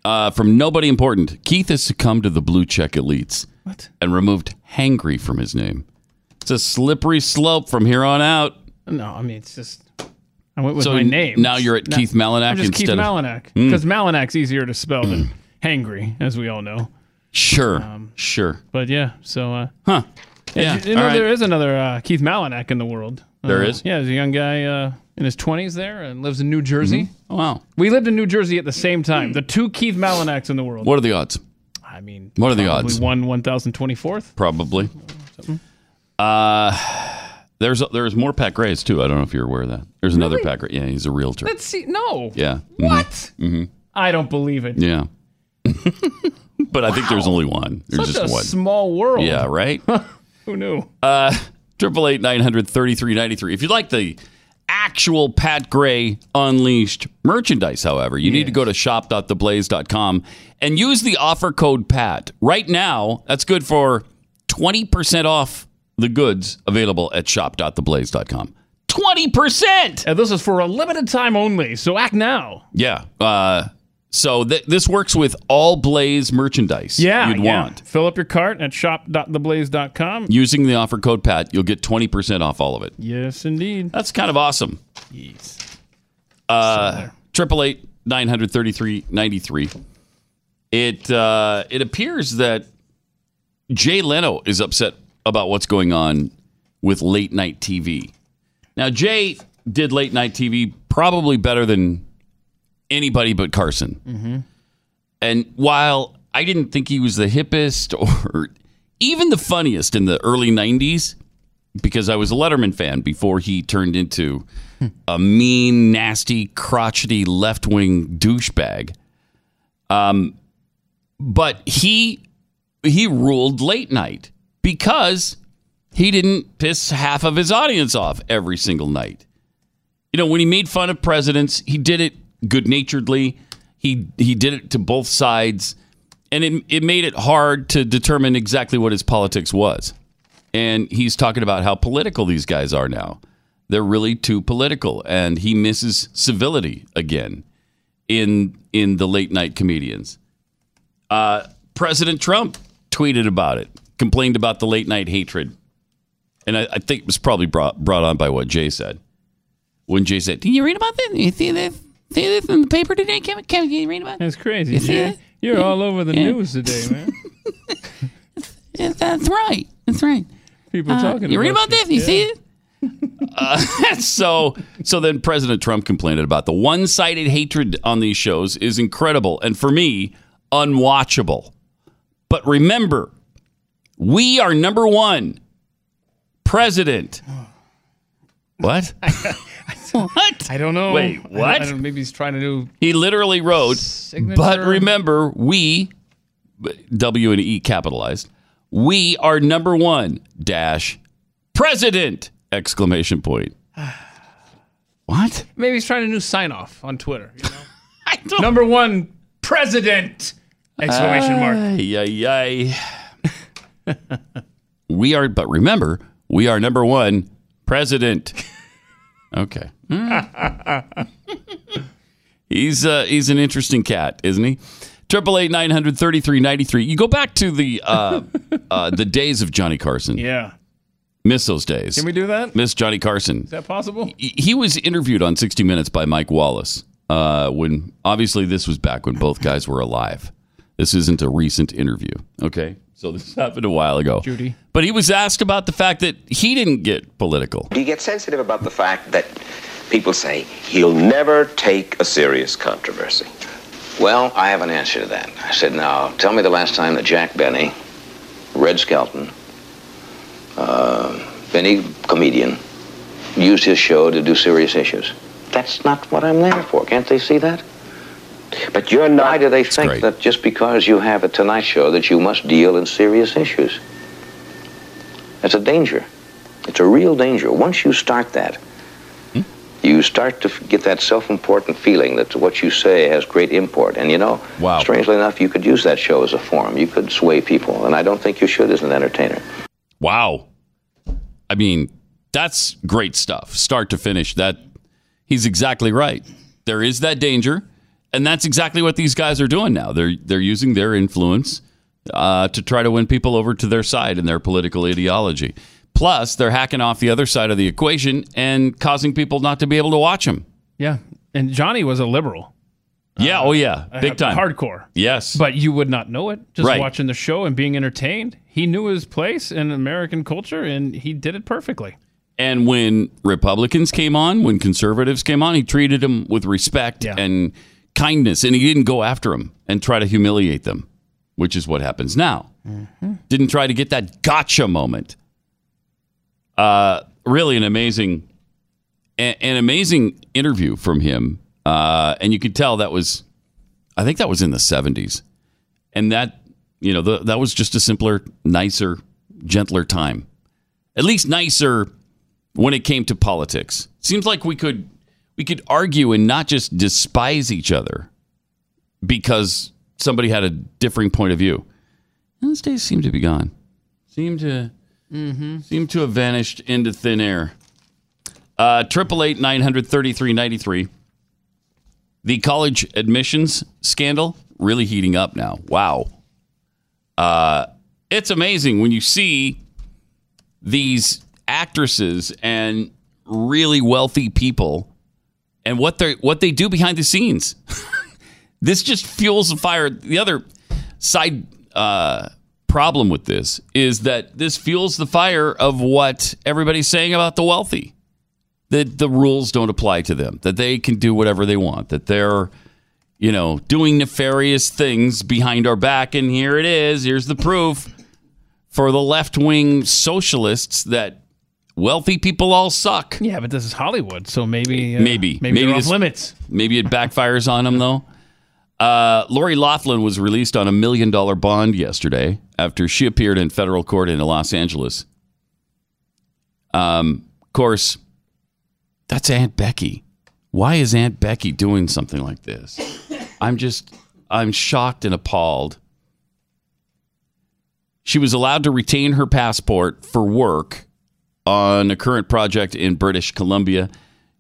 S2: Uh, from nobody important, Keith has succumbed to the blue check elites
S3: What?
S2: and removed hangry from his name. It's a slippery slope from here on out.
S3: No, I mean it's just I went with
S2: So
S3: my name.
S2: now you're at
S3: No,
S2: Keith Malinak
S3: I'm just Keith
S2: instead of- Hmm.
S3: Malinak
S2: Mm.
S3: because Malinak's easier to spell than hangry, as we all know.
S2: Sure,
S3: Um,
S2: sure.
S3: But yeah, so uh,
S2: huh?
S3: Yeah,
S2: Yeah,
S3: you, you know
S2: all right.
S3: there is another uh, Keith Malinak in the world. Uh,
S2: There is?
S3: Yeah, there's a young guy uh, in his 20s there and lives in New Jersey.
S2: Oh, wow.
S3: We lived in New Jersey at the same time. The two Keith Malinaks in the world.
S2: What are the odds? I
S3: mean,
S2: what are the
S3: Probably
S2: odds?
S3: One Hmm? 1024th.
S2: Probably. Uh, there's there's more Pat Grays too. I don't know if you're aware of that. There's another Pat Gray. Yeah, he's a realtor.
S3: Let's see. No.
S2: yeah.
S3: What?
S2: hmm
S3: I don't believe it.
S2: Yeah. but I think there's only one. There's
S3: Such
S2: just
S3: a
S2: one.
S3: small world.
S2: Yeah. Right.
S3: Who knew?
S2: Uh, Triple eight nine hundred thirty three ninety three. If you'd like the actual Pat Gray Unleashed merchandise, however, you need to go to shop.theblaze.com and use the offer code Pat right now. That's good for twenty percent off the goods available at shop.theblaze.com. 20%!
S3: And this is for a limited time only, so act now.
S2: Yeah. Uh, so th- this works with all Blaze merchandise.
S3: Yeah.
S2: you'd
S3: yeah.
S2: want
S3: Fill up your cart at shop.theblaze.com.
S2: using the offer code Pat. You'll get twenty percent off all of it.
S3: Yes, indeed.
S2: That's kind of awesome. Uh,
S3: Yes.
S2: Triple eight nine hundred thirty three ninety three. It uh, it appears that Jay Leno is upset about what's going on with late night TV. Now Jay did late night TV probably better than anybody but Carson.
S6: Mm-hmm.
S2: And while I didn't think he was the hippest or even the funniest in the early 90s, because I was a Letterman fan before he turned into a mean, nasty, crotchety left wing douchebag. Um, but he he ruled late night because he didn't piss half of his audience off every single night you know, when he made fun of presidents, he did it good naturedly. He he did it to both sides, and it it made it hard to determine exactly what his politics was. And he's talking about how political these guys are now. They're really too political, and he misses civility again in in the late night comedians. Uh, President Trump tweeted about it, complained about the late night hatred, and I, I think it was probably brought brought on by what Jay said. When Jay said,
S6: Did you read about that? You see this? See this in the paper today, Kevin? Kevin, did you read about it?
S3: That's crazy.
S6: You see
S3: Jay.
S6: it?
S3: You're all over the
S6: Yeah.
S3: news today, man.
S6: Yeah, That's uh, right. That's right.
S3: People
S6: Uh,
S3: talking.
S6: You read about this? You see it?
S2: Uh, so, so then President Trump complained about the one-sided hatred on these shows is incredible, and for me, unwatchable. But remember, we are number one. President. What?
S3: What? I don't know.
S2: Wait,
S3: I don't-
S2: what?
S3: I don't, maybe he's trying to do.
S2: He literally wrote, but remember, we, W and E capitalized, we are number one, dash, president, exclamation point. What?
S3: Maybe he's trying a new sign off on Twitter. You know? I don't. Number one, president! Exclamation mark.
S2: Ay, ay, ay. we are, but remember, we are number one, president. okay. Mm-hmm. He's uh, he's an interesting cat, isn't he? Triple eight nine hundred thirty three ninety three. You go back to the uh, uh, the days of Johnny Carson.
S3: Yeah.
S2: Miss those days.
S3: Can we do that?
S2: Miss Johnny Carson.
S3: Is that possible?
S2: He he was interviewed on 60 Minutes by Mike Wallace. Uh, when obviously this was back when both guys were alive. This isn't a recent interview. Okay, so this happened a while ago.
S3: Judy.
S2: But he was asked about the fact that he didn't get political.
S12: Do you get sensitive about the fact that people say he'll never take a serious controversy? Well, I have an answer to that. I said, now, tell me the last time that Jack Benny, Red Skelton, uh, any comedian, used his show to do serious issues. That's not what I'm there for. Can't they see that? But you're not. Why do they think that just because you have a Tonight Show that you must deal in serious issues? That's a danger. It's a real danger. Once you start that, you start to f- get that self-important feeling that what you say has great import. And you know, strangely enough, you could use that show as a forum. You could sway people, and I don't think you should as an entertainer.
S2: Wow. I mean, that's great stuff, start to finish. That he's exactly right. There is that danger, and that's exactly what these guys are doing now. They're they're using their influence uh, to try to win people over to their side in their political ideology. Plus, they're hacking off the other side of the equation and causing people not to be able to watch them.
S3: Yeah. And Johnny was a liberal.
S2: Yeah. oh yeah. Big time.
S3: Hardcore.
S2: Yes.
S3: But you would not know it just
S2: Right.
S3: watching the show and being entertained. He knew his place in American culture and he did it perfectly.
S2: And when Republicans came on, when conservatives came on, he treated them with respect and kindness, and he didn't go after them and try to humiliate them, which is what happens now. Didn't try to get that gotcha moment. Uh, really, an amazing, a- an amazing interview from him, uh, and you could tell that was, I think that was in the seventies, and that you know the, that was just a simpler, nicer, gentler time at least nicer when it came to politics. Seems like we could we could argue and not just despise each other because somebody had a differing point of view. Those days seem to be gone. Seem to seem to have vanished into thin air. Uh, Triple eight nine hundred thirty three ninety three. The college admissions scandal really heating up now. Wow, uh, it's amazing when you see these actresses and really wealthy people and what they what they do behind the scenes. this just fuels the fire. The other side uh, problem with this is that this fuels the fire of what everybody's saying about the wealthy. That the rules don't apply to them. That they can do whatever they want. That they're you know doing nefarious things behind our back. And here it is. Here's the proof for the left wing socialists that wealthy people all suck.
S3: Yeah, but this is Hollywood, so maybe uh,
S2: Maybe.
S3: maybe, they're
S2: this-
S3: off limits.
S2: Maybe it backfires on them, though. Uh, Lori Laughlin was released on a million dollar bond yesterday after she appeared in federal court in Los Angeles. Um, of course, that's Aunt Becky. Why is Aunt Becky doing something like this? I'm just, I'm shocked and appalled. She was allowed to retain her passport for work on a current project in British Columbia.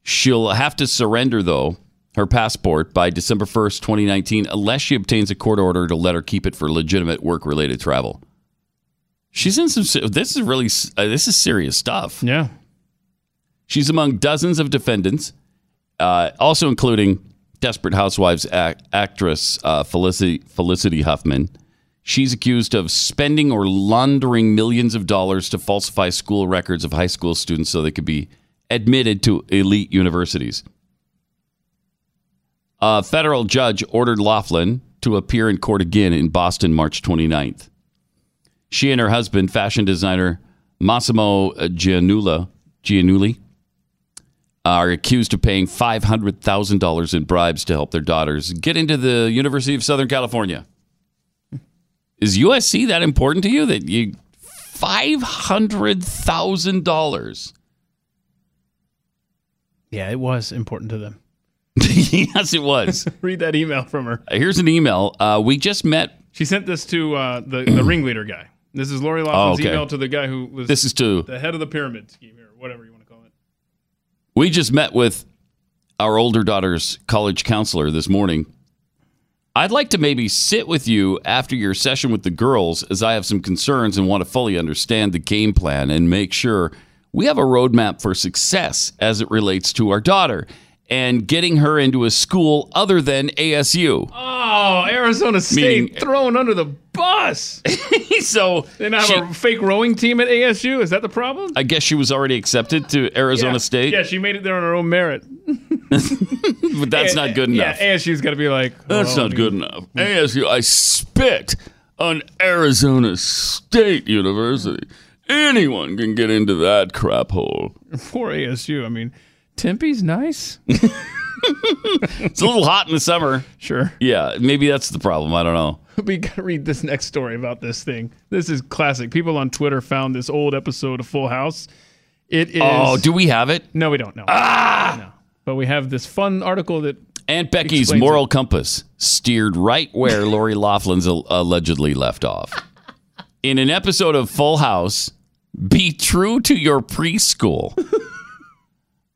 S2: She'll have to surrender, though, her passport by December 1st, 2019, unless she obtains a court order to let her keep it for legitimate work related travel. She's in some, se- this is really, s- uh, this is serious stuff.
S3: Yeah.
S2: She's among dozens of defendants, uh, also including Desperate Housewives act- actress uh, Felicity, Felicity Huffman. She's accused of spending or laundering millions of dollars to falsify school records of high school students so they could be admitted to elite universities. A federal judge ordered Laughlin to appear in court again in Boston March 29th. She and her husband, fashion designer Massimo Giannula, Giannulli, are accused of paying $500,000 in bribes to help their daughters get into the University of Southern California. Is USC that important to you that you $500,000?
S3: Yeah, it was important to them.
S2: yes, it was.
S3: Read that email from her.
S2: Here's an email. Uh, we just met.
S3: She sent this to uh, the the ringleader guy. This is Lori Laughlin's
S2: Oh, okay.
S3: email to the guy who was
S2: This is to-
S3: the head of the pyramid scheme or whatever you want to call it.
S2: We just met with our older daughter's college counselor this morning. I'd like to maybe sit with you after your session with the girls as I have some concerns and want to fully understand the game plan and make sure we have a roadmap for success as it relates to our daughter and getting her into a school other than ASU.
S3: Oh, Arizona State
S2: Meaning-
S3: thrown under the bus.
S2: so
S3: they now have a fake rowing team at ASU. Is that the problem?
S2: I guess she was already accepted to Arizona
S3: Yeah.
S2: State,
S3: Yeah, she made it there on her own merit.
S2: but that's not good enough.
S3: Yeah, ASU's got to be like.
S2: That's
S3: well,
S2: not good enough. ASU, I spit on Arizona State University. Anyone can get into that crap hole.
S3: Poor ASU. I mean, Tempe's nice.
S2: It's a little hot in the summer.
S3: Sure.
S2: Yeah, maybe that's the problem. I don't know.
S3: we gotta read this next story about this thing. This is classic. People on Twitter found this old episode of Full House. It is.
S2: Oh, do we have it?
S3: No, we don't know. Ah! No. But we have this fun article that
S2: Aunt Becky's
S3: Explains
S2: moral compass steered right where Lori Laughlin's al- allegedly left off. In an episode of Full House, be true to your preschool.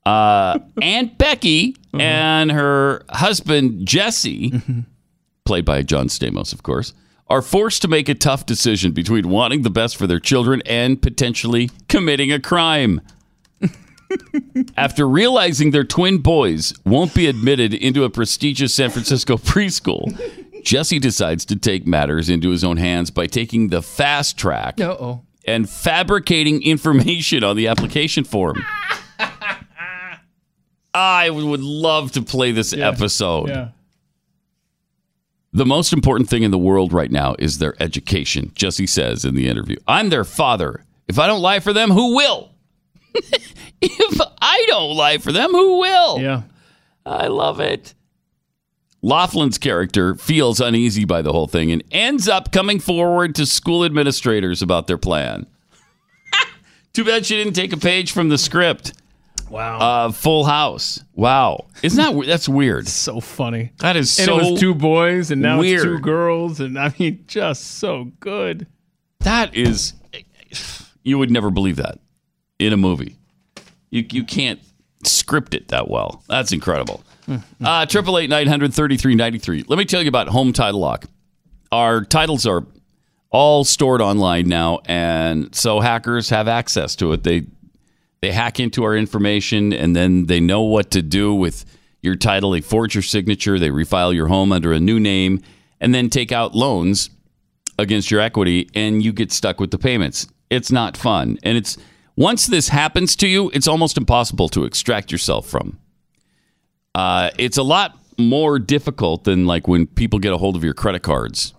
S2: Uh, Aunt Becky
S3: Mm-hmm.
S2: and her husband Jesse, played by John Stamos, of course, are forced to make a tough decision between wanting the best for their children and potentially committing a crime. After realizing their twin boys won't be admitted into a prestigious San Francisco preschool, Jesse decides to take matters into his own hands by taking the fast track
S3: Uh-oh.
S2: and fabricating information on the application form. I would love to play this episode.
S3: Yeah.
S2: The most important thing in the world right now is their education, Jesse says in the interview. I'm their father. If I don't lie for them, who will? if I don't lie for them, who
S6: Oh.
S2: will?
S3: Yeah.
S2: I love it. Laughlin's character feels uneasy by the whole thing and ends up coming forward to school administrators about their plan. Too bad she didn't take a page from the script.
S3: Wow.
S2: Uh, Full House. Wow. Isn't that we- that's weird?
S3: so funny.
S2: That is
S3: And
S2: so
S3: it was two boys, and now it's two
S2: weird.
S3: girls, and I mean, just so good.
S2: That is, you would never believe that in a movie. You you can't script it that well. That's incredible. Uh, Triple eight nine hundred thirty three ninety three. Let me tell you about Home Title Lock. Our titles are all stored online now, and so hackers have access to it. They they hack into our information, and then they know what to do with your title. They forge your signature. They refile your home under a new name, and then take out loans against your equity and you get stuck with the payments. It's not fun. And it's once this happens to you, it's almost impossible to extract yourself from. Uh, it's a lot more difficult than like when people get a hold of your credit cards.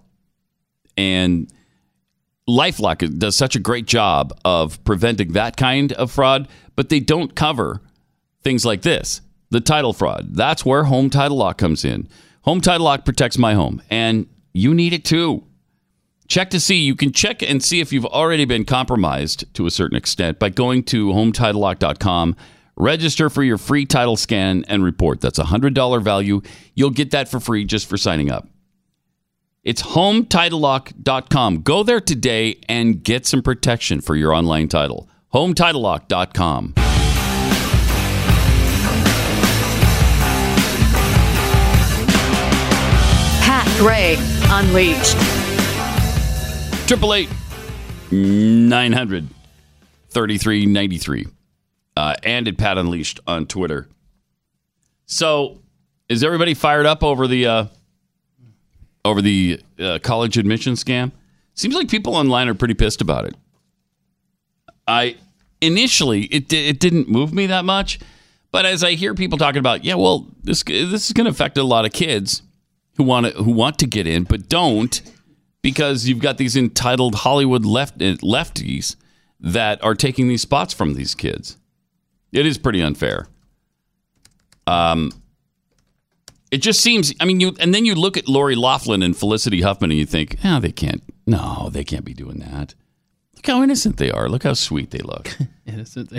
S2: And Lifelock does such a great job of preventing that kind of fraud, but they don't cover things like this the title fraud. That's where Home Title Lock comes in. Home Title Lock protects my home, and you need it too. Check to see. You can check and see if you've already been compromised to a certain extent by going to hometitlelock.com. Register for your free title scan and report. That's a $100 value. You'll get that for free just for signing up. It's hometitlelock.com. Go there today and get some protection for your online title. Hometitlelock.com.
S8: Pat Gray Unleashed.
S2: Triple eight nine hundred thirty three ninety three, uh, and at Pat Unleashed on Twitter. So, is everybody fired up over the uh, over the uh, college admission scam? Seems like people online are pretty pissed about it. I initially it di- it didn't move me that much, but as I hear people talking about, yeah, well, this this is going to affect a lot of kids who want to who want to get in but don't because you've got these entitled Hollywood left eh, lefties that are taking these spots from these kids. It is pretty unfair. Um, it just seems. I mean, you and then you look at Lori Laughlin and Felicity Huffman, and you think, oh, they can't. No, they can't be doing that. Look how innocent they are. Look how sweet they look.
S3: Innocent.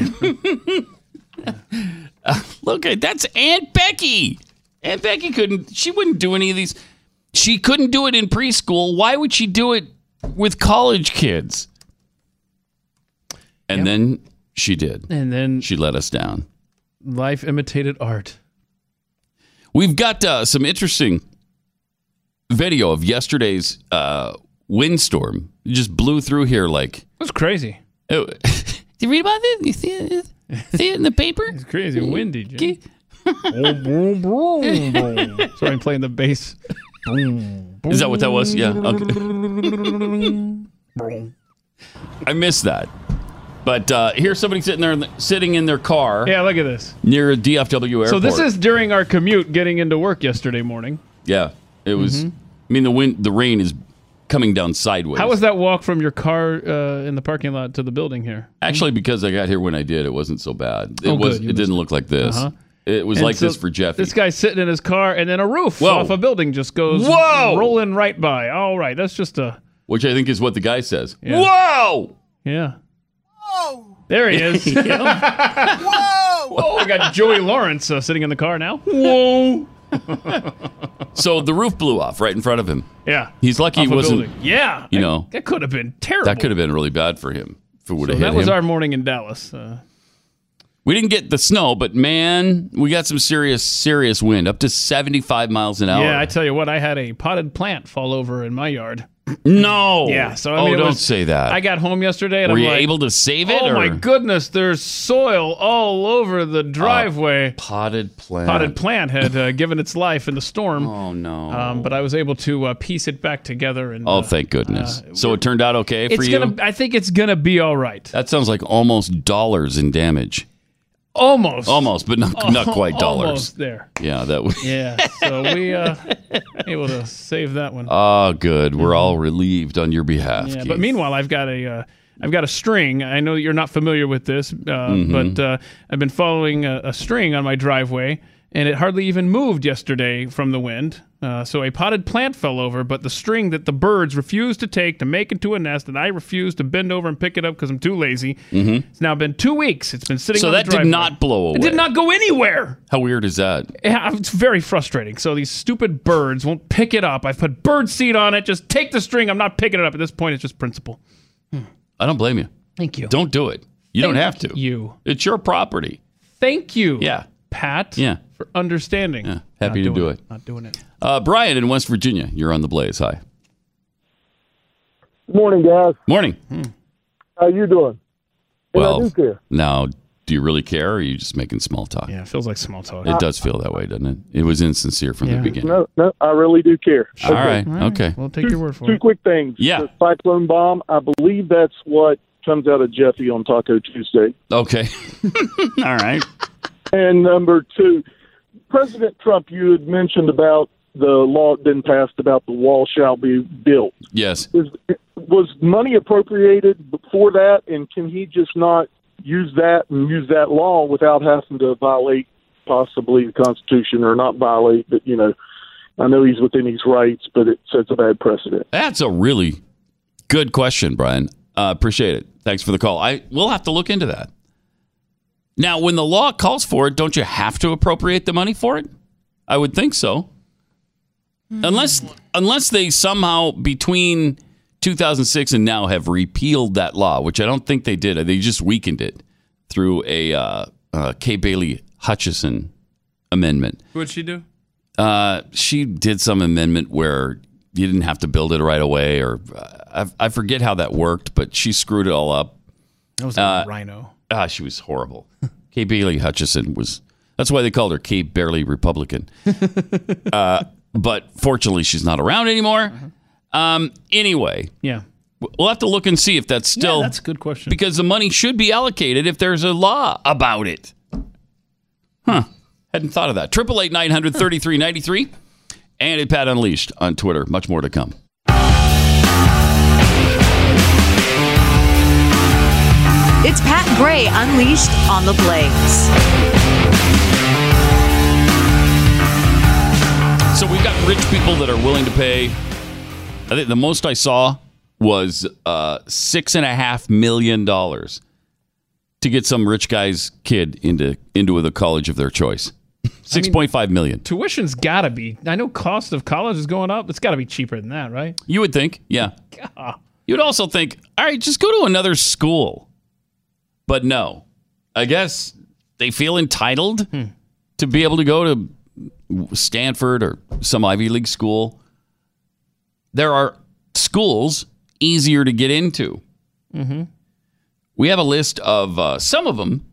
S2: Look, at that's Aunt Becky. Aunt Becky couldn't. She wouldn't do any of these. She couldn't do it in preschool. Why would she do it with college kids? And then she did.
S3: And then
S2: She let us down.
S3: life imitated art.
S2: We've got uh, some interesting video of yesterday's uh, windstorm It just blew through here like Oh,
S3: That's crazy.
S2: Did you read about this? You see it? See it in the paper?
S3: It's crazy windy. Jim. boom, boom, boom, boom. Sorry, I'm playing the bass. Boom,
S2: Is that what that was? Yeah,
S3: boom.
S2: I missed that. But uh, here's somebody sitting there, in the- sitting in their car
S3: yeah, look at this.
S2: near a DFW airport.
S3: So this is during our commute getting into work yesterday morning.
S2: yeah. It was.
S3: Mm-hmm.
S2: I mean, the wind, the rain is coming down sideways.
S3: How was that walk from your car uh, in the parking lot to the building here?
S2: Actually, because I got here when I did, it wasn't so bad. It
S3: Oh,
S2: was.
S3: good. You
S2: It didn't look like this.
S3: Uh-huh.
S2: It was
S3: And
S2: like
S3: so
S2: this for Jeffy.
S3: This guy's sitting in his car, and then a roof
S2: Whoa.
S3: off a building just goes
S2: Whoa.
S3: rolling right by. All right, that's just a
S2: which I think is what the guy says.
S3: Yeah.
S2: Whoa!
S3: yeah. There he is.
S6: Whoa!
S3: Oh, I got Joey Lawrence uh, sitting in the car now.
S2: Whoa! So the roof blew off right in front of him.
S3: Yeah.
S2: He's lucky
S3: Off
S2: he
S3: a
S2: wasn't.
S3: building. Yeah.
S2: You know
S3: That could have been terrible.
S2: that could have been really bad for him if it would
S3: So
S2: have hit
S3: that was
S2: him.
S3: our morning in Dallas. Uh,
S2: we didn't get the snow, but man, we got some serious, serious wind up to 75 miles an hour.
S3: yeah, I tell you what, I had a potted plant fall over in my yard.
S2: no.
S3: Yeah, so I
S2: oh,
S3: mean, it
S2: don't
S3: was-
S2: say that.
S3: I got home yesterday, and
S2: Were
S3: I'm
S2: you
S3: like,
S2: able to save it?
S3: "Oh
S2: or?
S3: my goodness, there's soil all over the driveway."
S2: Potted plant.
S3: potted plant had uh, given its life in the storm.
S2: Oh no!
S3: Um, but I was able to uh, piece it back together, and
S2: oh,
S3: uh,
S2: thank goodness. so it turned out okay for
S3: it's
S2: you.
S3: gonna. I think it's gonna be all right.
S2: that sounds like almost dollars in damage.
S3: Almost.
S2: Almost, but not not quite dollars.
S3: Almost there.
S2: Yeah, that was.
S3: Yeah. So we uh, able to save that one.
S2: Oh, good. We're all relieved on your behalf.
S3: Yeah,
S2: Keith.
S3: but meanwhile, I've got a uh, I've got a string. I know that you're not familiar with this, uh,
S2: Mhm.
S3: but uh, I've been following a, a string on my driveway, and it hardly even moved yesterday from the wind. Uh, so a potted plant fell over, but the string that the birds refused to take to make into a nest, and I refused to bend over and pick it up because I'm too lazy.
S2: Mhm.
S3: It's now been two weeks. It's been sitting.
S2: So
S3: on the
S2: that did
S3: driveway.
S2: not blow away.
S3: It did not go anywhere.
S2: How weird is that?
S3: Yeah, it's very frustrating. So these stupid birds won't pick it up. I've put bird seed on it. Just take the string. I'm not picking it up. At this point, it's just principle.
S2: I don't blame you.
S3: Thank you.
S2: Don't do it. You don't have
S3: Thank
S2: to.
S3: you.
S2: It's your property.
S3: Thank you.
S2: Yeah.
S3: Pat.
S2: Yeah.
S3: For understanding. Yeah.
S2: Happy to do it.
S3: Not doing it.
S2: Uh, Brian in West Virginia, you're on the blaze. Hi.
S13: Morning, guys.
S2: Morning.
S13: How you doing? And I
S2: Well,
S13: do care.
S2: now, do you really care or are you just making small talk?
S3: Yeah, it feels like small talk.
S2: It does feel that way, doesn't it? It was insincere from the beginning.
S13: No, no, I really do care.
S2: All right. Okay.
S3: We'll take your word for
S13: Two
S3: it.
S13: quick things.
S2: Yeah.
S13: The cyclone bomb. I believe that's what comes out of Jeffy on Taco Tuesday.
S2: Okay. All right.
S13: And number two, President Trump, you had mentioned about the law that been passed about the wall shall be built.
S2: Yes.
S13: Is, was money appropriated before that, and can he just not use that and use that law without having to violate possibly the Constitution or not violate? But you know, I know he's within his rights, but it sets a bad precedent.
S2: That's a really good question, Brian. Uh, appreciate it. Thanks for the call. I we'll have to look into that. Now, when the law calls for it, don't you have to appropriate the money for it? I would think so. Unless unless they somehow between 2006 and now have repealed that law, which I don't think they did. They just weakened it through a uh, uh, K. Bailey Hutchison amendment.
S3: What'd she do?
S2: Uh, she did some amendment where you didn't have to build it right away, or uh, I, I forget how that worked, but she screwed it all up.
S3: That was a rhino.
S2: Ah, she was horrible. Kay Bailey Hutchison was. That's why they called her Kay Barely Republican. uh, but fortunately, she's not around anymore. Um, anyway,
S3: Uh-huh. Yeah.
S2: we'll have to look and see if that's still
S3: yeah, that's a good question.
S2: because the money should be allocated if there's a law about it. Huh. Hadn't thought of that. Triple eight nine hundred thirty three ninety three, and at Pat Unleashed on Twitter. Much more to come.
S14: It's Pat Gray unleashed on the Blaze.
S2: So we've got rich people that are willing to pay. I think the most I saw was uh, six and a half million dollars to get some rich guy's kid into into the college of their choice. Six point five million.
S3: Tuition's got to be. I know cost of college is going up. It's got to be cheaper than that, right?
S2: You would think, yeah. You'd also think, all right, just go to another school. But no, I guess they feel entitled to be able to go to Stanford or some Ivy League school. there are schools easier to get into.
S3: Mm-hmm.
S2: We have a list of uh, some of them.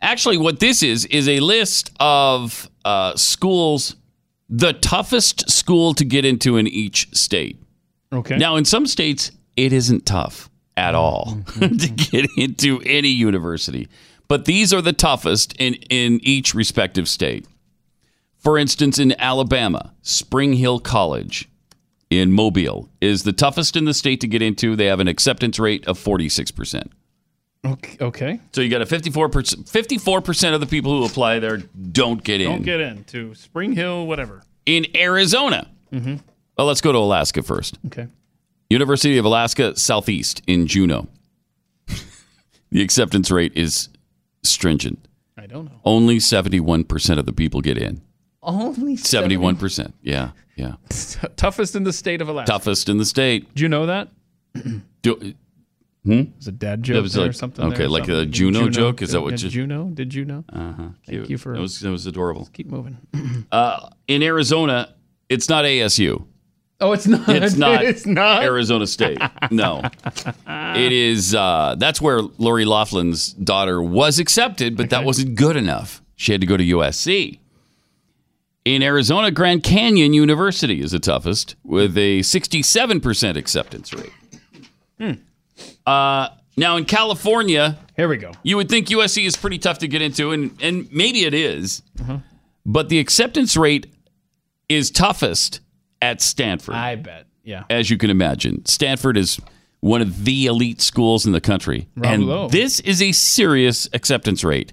S2: Actually, what this is is a list of uh, schools, the toughest school to get into in each state.
S3: Okay.
S2: Now, in some states, it isn't tough at all to
S3: Mm-hmm.
S2: get into any university, but these are the toughest in, in each respective state. For instance, in Alabama, Spring Hill College in Mobile is the toughest in the state to get into. They have an acceptance rate of 46%.
S3: Okay. okay.
S2: So you got a 54%, 54% of the people who apply there don't get in.
S3: Don't get into Spring Hill, whatever.
S2: in Arizona.
S3: Mm-hmm.
S2: Well, let's go to Alaska first.
S3: Okay.
S2: University of Alaska Southeast in Juneau. the acceptance rate is stringent.
S3: I don't know.
S2: Only 71% of the people get in.
S3: Only
S2: 71%. Yeah. Yeah.
S3: Toughest in the state of Alaska.
S2: Toughest in the state.
S3: Do you know that?
S2: Do, hmm?
S3: It's a dad
S2: That
S3: joke
S2: was
S3: there or
S2: like-
S3: something.
S2: Okay,
S3: there or
S2: like a
S3: something.
S2: Juno, joke? Is that what
S3: Yeah,
S2: you.
S3: Juno? Did you know?
S2: Uh-huh.
S3: Thank you for
S2: That was, that was adorable.
S3: keep moving.
S2: Uh, in Arizona, it's not ASU.
S3: Oh, it's not.
S2: It's not.
S3: It's not.
S2: Arizona State. No, it is. Uh, that's where Lori Laughlin's daughter was accepted, but that wasn't good enough. She had to go to USC. In Arizona, Grand Canyon University is the toughest, with a 67% acceptance rate. Uh, now in California,
S3: here we go.
S2: You would think USC is pretty tough to get into, and and maybe it is,
S3: Uh-huh.
S2: but the acceptance rate is toughest at Stanford.
S3: I bet. Yeah.
S2: As you can imagine, Stanford is one of the elite schools in the country,
S3: Rob
S2: and
S3: Lowe.
S2: this is a serious acceptance rate,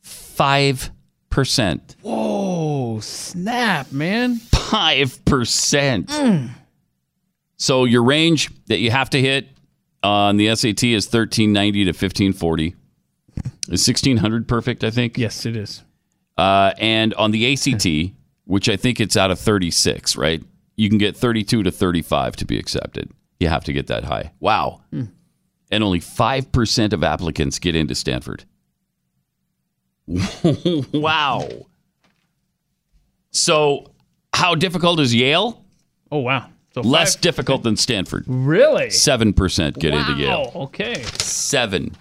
S2: five percent.
S3: Whoa! Snap, man.
S2: Five percent. So your range that you have to hit on the SAT is 1390 to 1540. Is 1600 perfect, I think?
S3: Yes, it is.
S2: Uh, and on the ACT, which I think it's out of 36, right? You can get 32 to 35 to be accepted. You have to get that high. Wow.
S3: Hmm.
S2: And only 5% of applicants get into Stanford. wow. So, how difficult is Yale?
S3: Oh, wow. So
S2: Less
S3: five-
S2: difficult than Stanford.
S3: Really?
S2: 7% get
S3: wow.
S2: into Yale
S3: Okay.
S2: seven.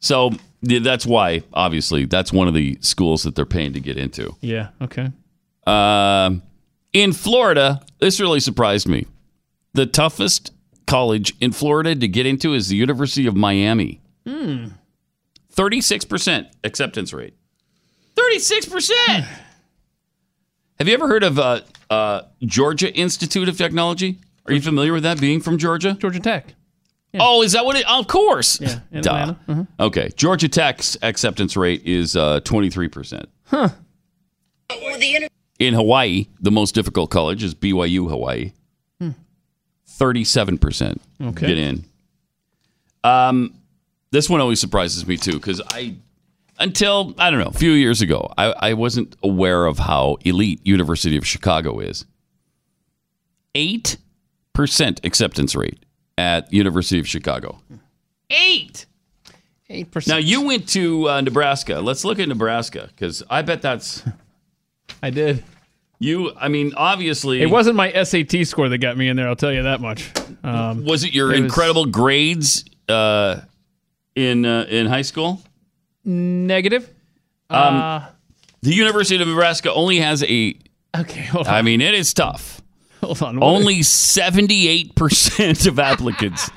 S2: So yeah, that's why, obviously, that's one of the schools that they're paying to get into.
S3: Yeah. Okay.
S2: Um, in Florida, this really surprised me. The toughest college in Florida to get into is the University of Miami.
S3: Hmm.
S2: 36% acceptance rate. 36%! Have you ever heard of uh, uh, Georgia Institute of Technology? Are you familiar with that being from Georgia?
S3: Georgia Tech.
S2: Oh, is that what it? Of course. Yeah.
S3: in
S2: Duh.
S3: Atlanta. Mhm.
S2: Okay. Georgia Tech's acceptance rate is uh, 23%.
S3: Huh.
S2: In Hawaii, the most difficult college is BYU Hawaii.
S3: Hmm.
S2: 37%
S3: Okay.
S2: get in. Um, this one always surprises me too because I, until, I don't know, a few years ago, I, I wasn't aware of how elite University of Chicago is. 8% acceptance rate at University of Chicago. Eight.
S3: Eight percent.
S2: Now you went to uh, Nebraska. Let's look at Nebraska because I bet that's.
S3: I did.
S2: You, I mean, obviously,
S3: It wasn't my SAT score that got me in there. I'll tell you that much. Um,
S2: Was it your
S3: it was-
S2: incredible grades uh, in uh, in high school?
S3: negative.
S2: Um,
S3: Uh,
S2: the University of Nebraska only has a.
S3: Okay, hold on.
S2: I mean, it is tough.
S3: Hold on. what-
S2: Only seventy eight percent of applicants.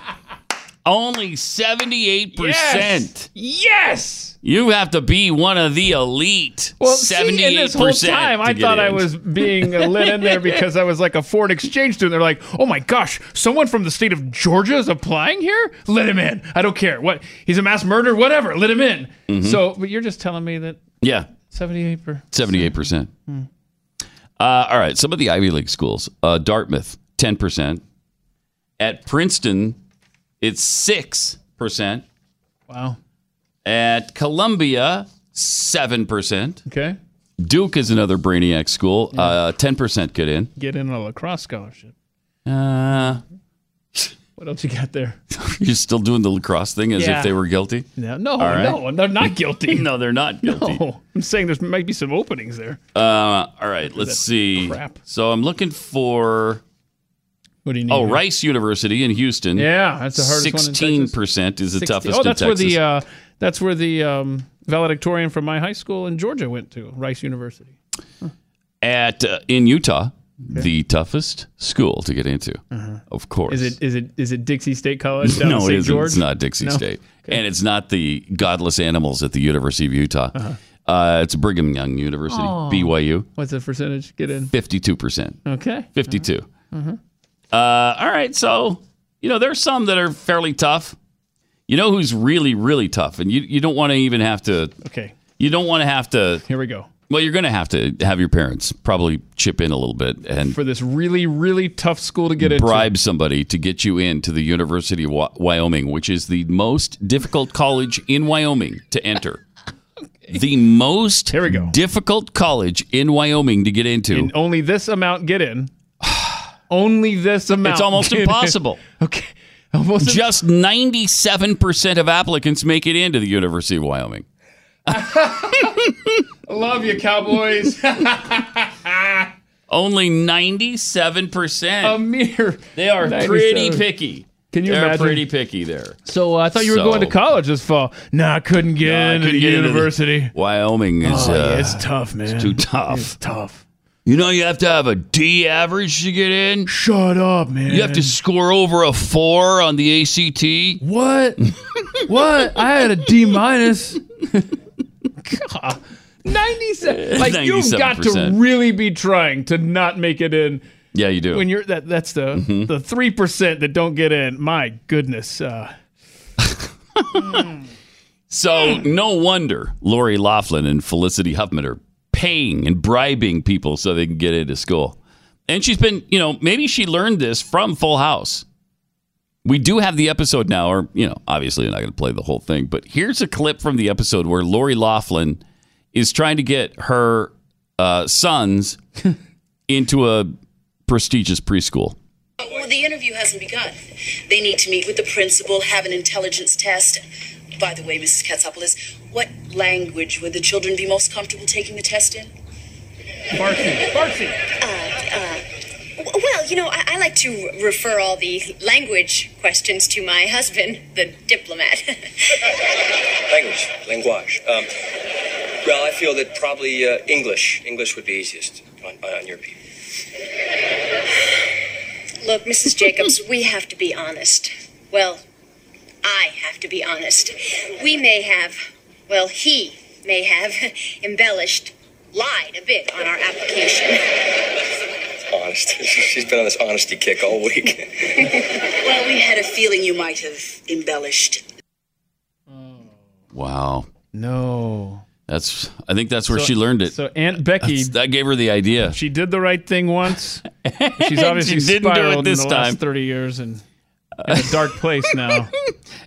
S2: only seventy eight percent.
S3: Yes.
S2: You have to be one of the elite.
S3: Well, see, and
S2: seventy eight
S3: this whole
S2: percent.
S3: time I thought I was being let in there because I was like a foreign exchange student. They're like, "Oh my gosh, someone from the state of Georgia is applying here. Let him in. I don't care what he's a mass murderer, whatever. Let him in."
S2: Mhm.
S3: So, but you're just telling me that
S2: Yeah.
S3: 78 per.
S2: Seventy-eight percent.
S3: Hmm.
S2: Uh, all right. Some of the Ivy League schools: uh, Dartmouth, ten percent. At Princeton, it's six percent.
S3: Wow.
S2: At Columbia, seven percent.
S3: Okay.
S2: Duke is another brainiac school. uh, Ten percent get in.
S3: Get in on a lacrosse scholarship.
S2: Uh,
S3: What else you got there?
S2: you're still doing the lacrosse thing as
S3: Yeah.
S2: if they were guilty.
S3: No, no,
S2: All right.
S3: no, they're not guilty.
S2: no, they're not guilty.
S3: No, I'm saying there might be some openings there.
S2: Uh, all right, let's
S3: That's
S2: see.
S3: crap.
S2: So I'm looking for
S3: What do you need?
S2: Oh, Rice University in Houston.
S3: Yeah, that's the hardest one in Texas.
S2: Sixteen percent is the
S3: 60
S2: toughest
S3: Oh, that's
S2: in
S3: where
S2: Texas.
S3: the uh, that's where the um, valedictorian from my high school in Georgia went to Rice University.
S2: At uh, in Utah, the toughest school to get into, of course.
S3: Uh-huh. Is it is it is it Dixie State College? Down in
S2: no,
S3: St.
S2: it isn't.
S3: George?
S2: It's not Dixie
S3: No?
S2: State, and it's not the godless animals at the University of Utah.
S3: Uh-huh.
S2: uh it's Brigham Young University,
S3: Oh.
S2: BYU,
S3: What's the percentage? Get in.
S2: fifty-two percent.
S3: Okay.
S2: Fifty-two.
S3: Mhm.
S2: Uh, all right, so you know there's some that are fairly tough. You know who's really really tough, and you you don't want to even have to.
S3: Okay.
S2: You don't want to have to.
S3: Here we go.
S2: Well, you're going to have to have your parents probably chip in a little bit and
S3: For this really really tough school to get into.
S2: bribe somebody to get you into the University of Wy- Wyoming, which is the most difficult college in Wyoming to enter. The most Here we go. difficult college in Wyoming to get into.
S3: And only this amount get in. only this amount.
S2: It's almost
S3: get in.
S2: impossible.
S3: Okay. Almost
S2: Just 97% of applicants make it into the University of Wyoming.
S3: Love you, Cowboys.
S2: Only 97%.
S3: A mere.
S2: They are pretty picky.
S3: Can you
S2: They're
S3: imagine?
S2: pretty picky there.
S3: So uh, I thought you were
S2: So-
S3: going to college this fall. Nah, I couldn't get
S2: I
S3: into
S2: couldn't
S3: the
S2: get into the-
S3: university.
S2: Wyoming is
S3: Oh,
S2: uh,
S3: yeah, it's tough, man.
S2: It's too tough.
S3: It's tough.
S2: You know, you have to have a D average to get in.
S3: Shut up, man.
S2: You have to score over a four on the ACT.
S3: What? what? I had a D minus. Ninety-seven. Like you've got to
S2: 97%.
S3: really be trying to not make it in.
S2: Yeah, you do.
S3: When you're that, that's the
S2: Mhm.
S3: the three percent that don't get in. My goodness. Uh,
S2: so no wonder Lori Laughlin and Felicity Huffman are paying and bribing people so they can get into school. And she's been, you know, maybe she learned this from Full House. We do have the episode now, or, you know, obviously I'm not going to play the whole thing, but here's a clip from the episode where Lori Laughlin is trying to get her uh, sons into a prestigious preschool.
S15: Well, the interview hasn't begun. They need to meet with the principal, have an intelligence test. By the way, Mrs. Katsopoulos, what language would the children be most comfortable taking the test in?
S3: Farsi. Farsi.
S16: Well, you know, I, I like to r- refer all the language questions to my husband, the diplomat.
S17: Language, language. Um, well, I feel that probably uh, English, English would be easiest on, on your people.
S16: Look, Mrs. Jacobs, we have to be honest. Well, I have to be honest. We may have, well, he may have embellished, lied a bit on our application.
S17: Honest. She's been on this honesty kick all week.
S15: Well, we had a feeling you might have embellished.
S2: Wow.
S3: No.
S2: That's I think that's where
S3: So-
S2: she learned it.
S3: so Aunt Becky
S2: That's- that gave her the idea.
S3: she did the right thing once. She's
S2: She
S3: obviously
S2: didn't do it
S3: spiraled in
S2: this
S3: the
S2: time.
S3: last thirty years and in a dark place now.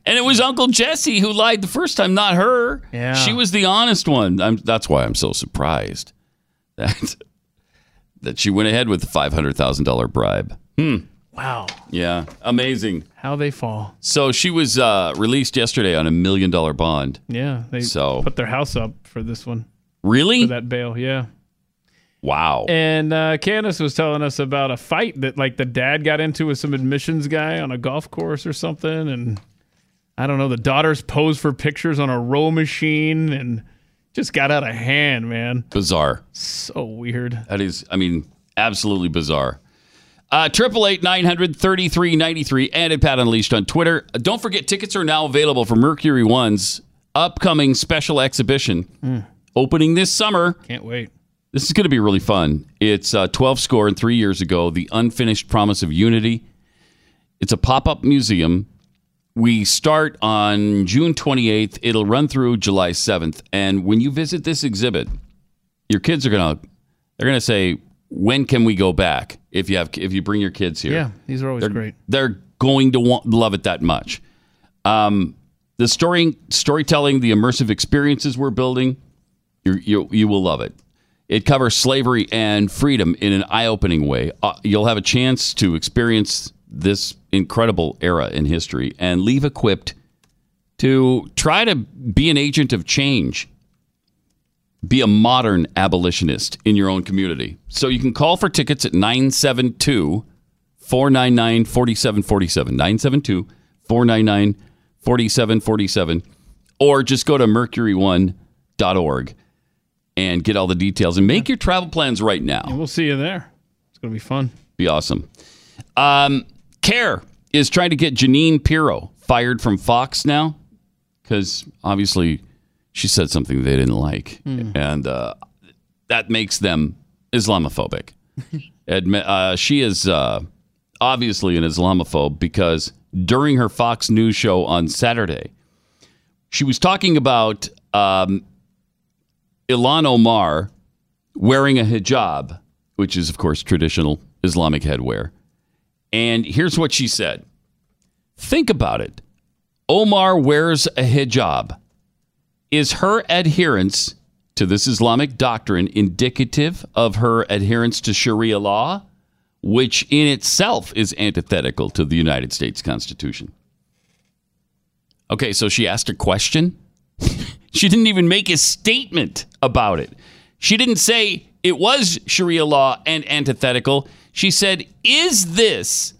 S2: And it was Uncle Jesse who lied the first time, not her.
S3: Yeah.
S2: She was the honest one. I'm, that's why I'm so surprised that that she went ahead with the five hundred thousand dollar bribe. Hmm.
S3: Wow.
S2: Yeah. Amazing.
S3: How they fall.
S2: So she was uh, released yesterday on a million dollar bond.
S3: Yeah, they
S2: So
S3: put their house up for this one.
S2: Really?
S3: For that bail, yeah.
S2: Wow.
S3: And uh, Candace was telling us about a fight that like the dad got into with some admissions guy on a golf course or something, and I don't know. The daughters posed for pictures on a row machine and just got out of hand, man.
S2: Bizarre.
S3: So weird.
S2: That is, I mean, absolutely bizarre. Uh, Triple eight nine hundred thirty three ninety three and at Pat Unleashed on Twitter. Uh, Don't forget, tickets are now available for Mercury One's upcoming special exhibition
S3: Mm.
S2: opening this summer.
S3: Can't wait.
S2: This is going to be really fun. It's uh, 12 score and three years ago, The Unfinished Promise of Unity. It's a pop up museum. We start on June 28th. It'll run through July 7th. And when you visit this exhibit, your kids are going to they're going to say, "When can we go back?" If you have if you bring your kids here.
S3: Yeah, these are always
S2: They're-
S3: great.
S2: They're going to want, love it that much. Um, the story, storytelling, the immersive experiences we're building, you you you will love it. It covers slavery and freedom in an eye-opening way. Uh, you'll have a chance to experience this incredible era in history and leave equipped to try to be an agent of change be a modern abolitionist in your own community. So you can call for tickets at 972 499 4747. 972 499 4747. Or just go to mercury1.org and get all the details and make your travel plans right now.
S3: And we'll see you there. It's going to be fun.
S2: Be awesome. Um, Care is trying to get Janine Pirro fired from Fox now because obviously she said something they didn't like,
S6: Hmm.
S2: and uh, that makes them Islamophobic. Admi- uh, she is uh, obviously an Islamophobe because during her Fox News show on Saturday, she was talking about um, Ilan Omar wearing a hijab, which is, of course, traditional Islamic headwear. And here's what she said Think about it. Omar wears a hijab. Is her adherence to this Islamic doctrine indicative of her adherence to Sharia law, which in itself is antithetical to the United States Constitution? Okay, so she asked a question. she didn't even make a statement about it. She didn't say it was Sharia law and antithetical. She said, Is this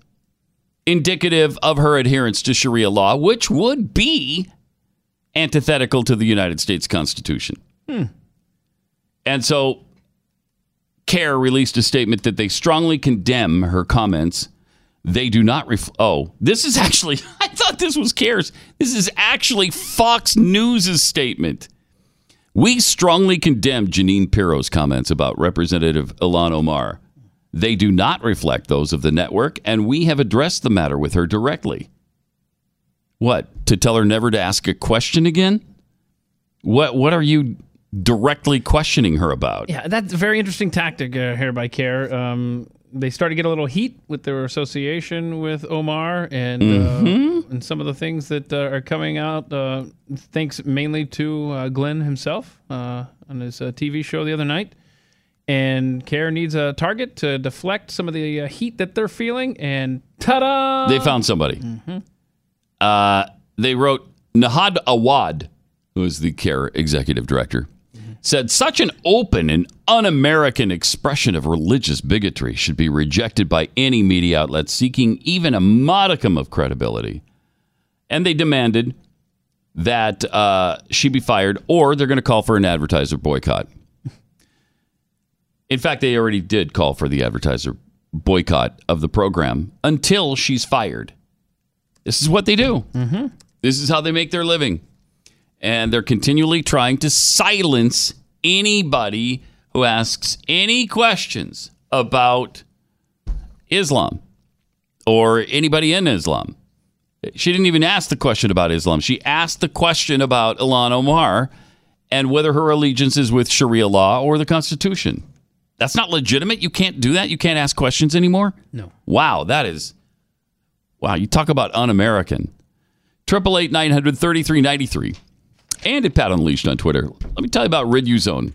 S2: indicative of her adherence to Sharia law, which would be antithetical to the United States Constitution?
S6: Hmm.
S2: And so CARE released a statement that they strongly condemn her comments. They do not ref- Oh, this is actually, I thought this was CARE's. This is actually Fox News' statement. We strongly condemn Janine Pirro's comments about Representative Ilan Omar. They do not reflect those of the network, and we have addressed the matter with her directly. What? To tell her never to ask a question again? What what are you directly questioning her about?
S3: Yeah, that's a very interesting tactic uh, here by Care. Um, they started to get a little heat with their association with Omar and
S2: Mm-hmm.
S3: uh, and some of the things that uh, are coming out. Uh, thanks mainly to uh, Glenn himself uh, on his uh, TV show the other night. And Care needs a target to deflect some of the uh, heat that they're feeling. And ta-da!
S2: They found somebody. Uh, they wrote Nahad Awad, who is the CARE executive director, said such an open and un American expression of religious bigotry should be rejected by any media outlet seeking even a modicum of credibility. And they demanded that uh, she be fired or they're going to call for an advertiser boycott. In fact, they already did call for the advertiser boycott of the program until she's fired. This is what they do. Mm-hmm. This is how they make their living. And they're continually trying to silence anybody who asks any questions about Islam or anybody in Islam. She didn't even ask the question about Islam. She asked the question about Ilan Omar and whether her allegiance is with Sharia law or the Constitution. That's not legitimate. You can't do that. You can't ask questions anymore.
S3: No.
S2: Wow, that is. Wow, you talk about un-American. Triple eight nine hundred thirty three ninety three, and at Pat Unleashed on Twitter. Let me tell you about Riduzone.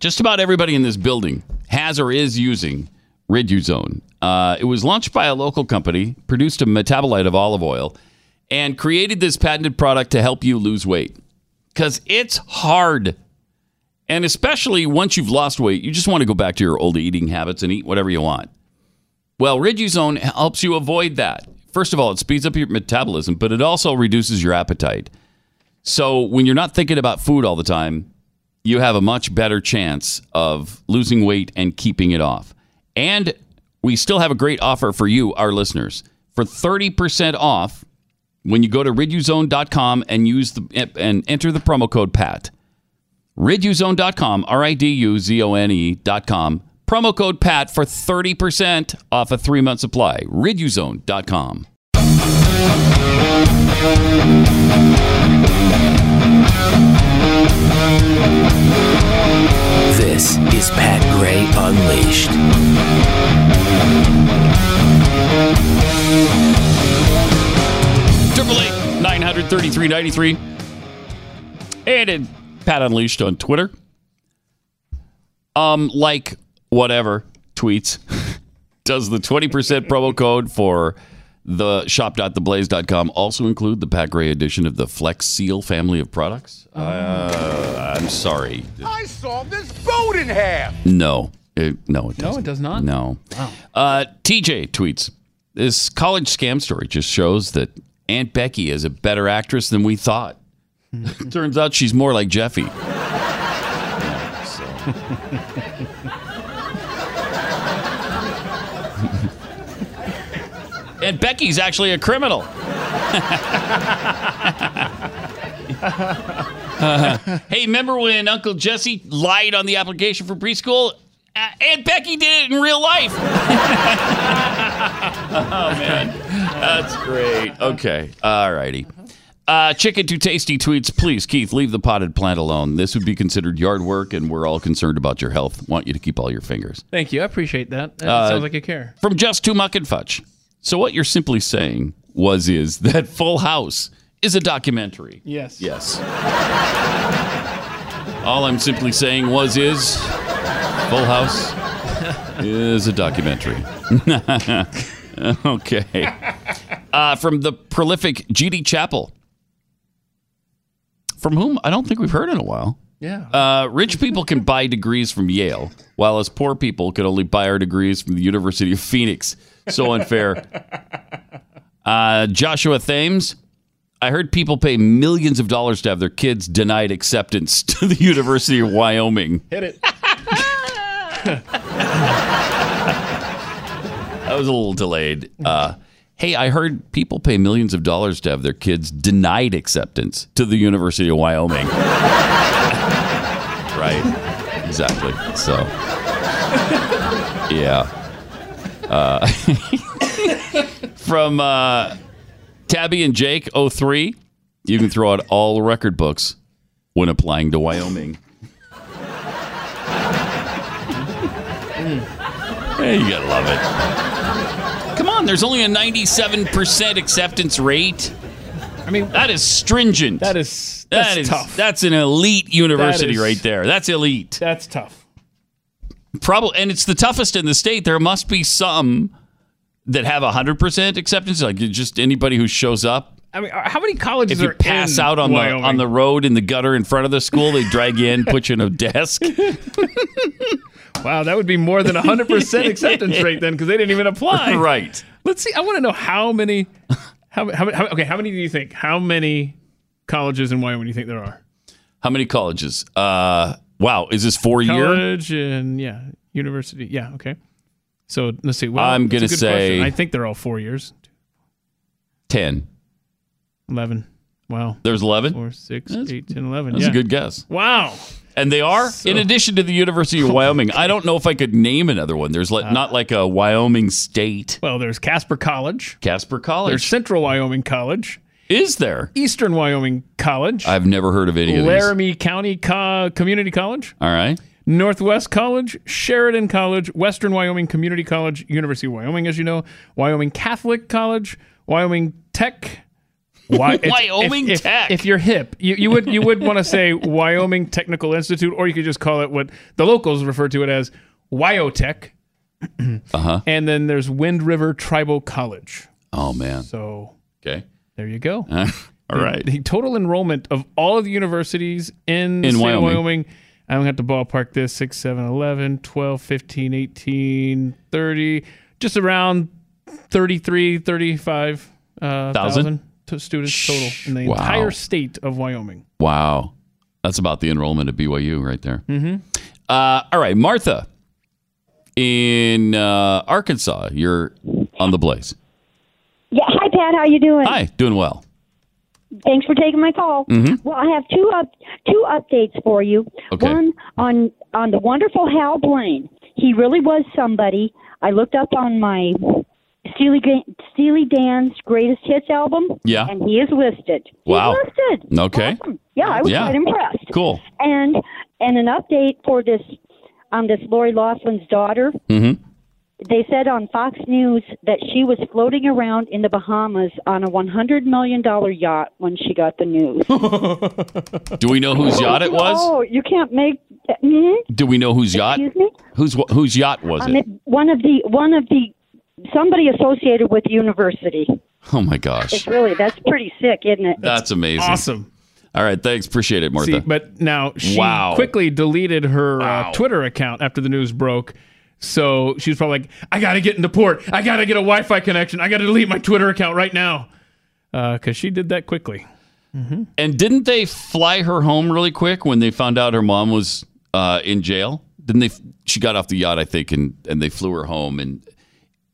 S2: Just about everybody in this building has or is using Riduzone. Uh, it was launched by a local company, produced a metabolite of olive oil, and created this patented product to help you lose weight because it's hard. And especially once you've lost weight, you just want to go back to your old eating habits and eat whatever you want. Well, Riduzone helps you avoid that. First of all, it speeds up your metabolism, but it also reduces your appetite. So when you're not thinking about food all the time, you have a much better chance of losing weight and keeping it off. And we still have a great offer for you, our listeners, for 30% off when you go to riduzone.com and use the and enter the promo code PAT. RidUZone.com, R I D U Z O N E.com. Promo code PAT for 30% off a three month supply. RidUZone.com.
S10: This is Pat Gray Unleashed.
S2: Triple eight nine hundred thirty three ninety three, and it, Pat Unleashed on Twitter. Um, like whatever tweets does the twenty percent promo code for the shop.theblaze.com also include the Pat Gray edition of the Flex Seal family of products? Uh, I'm sorry,
S18: I saw this boat in half.
S2: no. It, no, it
S3: No,
S2: doesn't.
S3: it does not?
S2: No. Wow. Uh, TJ tweets This college scam story just shows that Aunt Becky is a better actress than we thought.
S3: Hmm.
S2: Turns out she's more like Jeffy. Yeah, so. and Becky's actually a criminal. Uh, hey, remember when Uncle Jesse lied on the application for preschool? Uh, Aunt Becky did it in real life. oh man, that's great. Okay, all righty. Uh, Chicken Too Tasty tweets, please, Keith, leave the potted plant alone. This would be considered yard work, and we're all concerned about your health. Want you to keep all your fingers.
S3: Thank you. I appreciate that. That
S2: Uh,
S3: sounds like you care.
S2: From Just Too Muck and Fudge. So what you're simply saying was is that Full House is a documentary.
S3: Yes.
S2: Yes. All I'm simply saying was is Full House is a documentary. okay. Uh, from the prolific GD Chapel. From whom I don't think we've heard in a while.
S3: Yeah.
S2: Uh, rich people can buy degrees from Yale, while us poor people can only buy our degrees from the University of Phoenix. So unfair. uh, Joshua Thames, I heard people pay millions of dollars to have their kids denied acceptance to the University of Wyoming.
S3: Hit it.
S2: That was a little delayed. Uh, hey, I heard people pay millions of dollars to have their kids denied acceptance to the University of Wyoming. right. Exactly. So, yeah. Uh, from uh, Tabby and Jake 03, you can throw out all record books when applying to Wyoming. Hey, you gotta love it. Come on, there's only a 97% acceptance rate. I mean, that is stringent. That
S3: is
S2: that
S3: that's
S2: is
S3: tough.
S2: That's an elite university
S3: is-
S2: right there. That's elite.
S3: That's tough.
S2: Probably, and it's the toughest in the state. There must be some that have 100% acceptance, like just anybody who shows up.
S3: I mean, uh, how many colleges
S2: If you
S3: are
S2: pass
S3: in
S2: out on
S3: Wyoming?
S2: the on the road in the gutter in front of the school, they drag you in, put you in a desk.
S3: Wow, that would be more than 100% acceptance rate then because they didn't even apply.
S2: Right.
S3: Let's see. I want to know how many, how, how, how, okay, how many do you think? How many colleges in Wyoming do you think there are?
S2: How many colleges? Uh, wow, is this four year?
S3: College and, yeah, university. Yeah, okay. So let's see.
S2: I'm
S3: that's a
S2: gonna
S3: good
S2: say-
S3: question. I think they're all four years.
S2: Ten.
S3: 11. Wow.
S2: There's eleven.
S3: Four, six, eight, 10, 11.
S2: That's
S3: yeah.
S2: a good guess.
S3: Wow.
S2: And they are, in addition to the University of Wyoming. I don't know if I could name another one. There's like, not like a Wyoming state.
S3: Well, there's Casper College.
S2: Casper
S3: There's
S2: College.
S3: Central Wyoming College.
S2: Is there?
S3: Eastern Wyoming College.
S2: I've never heard of any of these.
S3: Laramie County Co- Community College.
S2: All right.
S3: Northwest College, Sheridan College, Western Wyoming Community College, University of Wyoming, as you know, Wyoming Catholic College, Wyoming Tech. Wy- it's-
S2: Wyoming
S3: if, if-
S2: Tech.
S3: If, you're hip, you, you would you would want to say Wyoming Technical Institute, or you could just call it what the locals refer to it as Wyotech.
S2: Uh huh.
S3: And then there's Wind River Tribal College.
S2: Oh, man.
S3: So
S2: Okay.
S3: there you go.
S2: All
S3: The-
S2: right.
S3: The, total enrollment of all of the universities in, the
S2: In
S3: state of
S2: Wyoming.
S3: Wyoming. I don't have to ballpark this 6, 7, 11, 12, 15, 18, 30, just around 33, 35
S2: Thousand?
S3: uh, thousand t- students total in the
S2: Wow.
S3: entire state of Wyoming.
S2: Wow. That's about the enrollment at BYU right there.
S3: Mm-hmm.
S2: Uh, all right. Martha in uh, Arkansas, you're on the blaze.
S18: Yeah, hi Pat, how you doing?
S2: Hi. Doing well.
S18: Thanks for taking my call.
S2: Mhm.
S18: Well, I have two up two updates for you.
S2: Okay.
S18: One on on the wonderful Hal Blaine. He really was somebody. I looked up on my Steely, Ga- Steely Dan's Greatest Hits album.
S2: Yeah.
S18: And he is listed.
S2: Wow.
S18: He's listed.
S2: Okay.
S18: Yeah, I was
S2: Yeah.
S18: quite impressed.
S2: Cool.
S18: And and an update for this on this Lori Laughlin's daughter.
S2: Mm-hmm.
S18: They said on Fox News that she was floating around in the Bahamas on a $100 million yacht when she got the news.
S2: Do we know whose yacht it was?
S18: Oh, you can't make. Hmm?
S2: Do we know whose yacht?
S18: Excuse me?
S2: Whose whose yacht was
S18: Um,
S2: it?
S18: it- One of the one of the somebody associated with the university.
S2: Oh my gosh.
S18: It's really that's pretty sick, isn't it?
S2: That's amazing.
S3: Awesome.
S2: All right, thanks. Appreciate it, Martha.
S3: See, but now she
S2: Wow.
S3: quickly deleted her
S2: Wow.
S3: uh, Twitter account after the news broke. So she was probably like, "I gotta get into port. I gotta get a Wi-Fi connection. I gotta delete my Twitter account right now," because she did that quickly.
S2: and didn't they fly her home really quick when they found out her mom was uh, in jail? Didn't they? She got off the yacht, I think, and, and they flew her home. And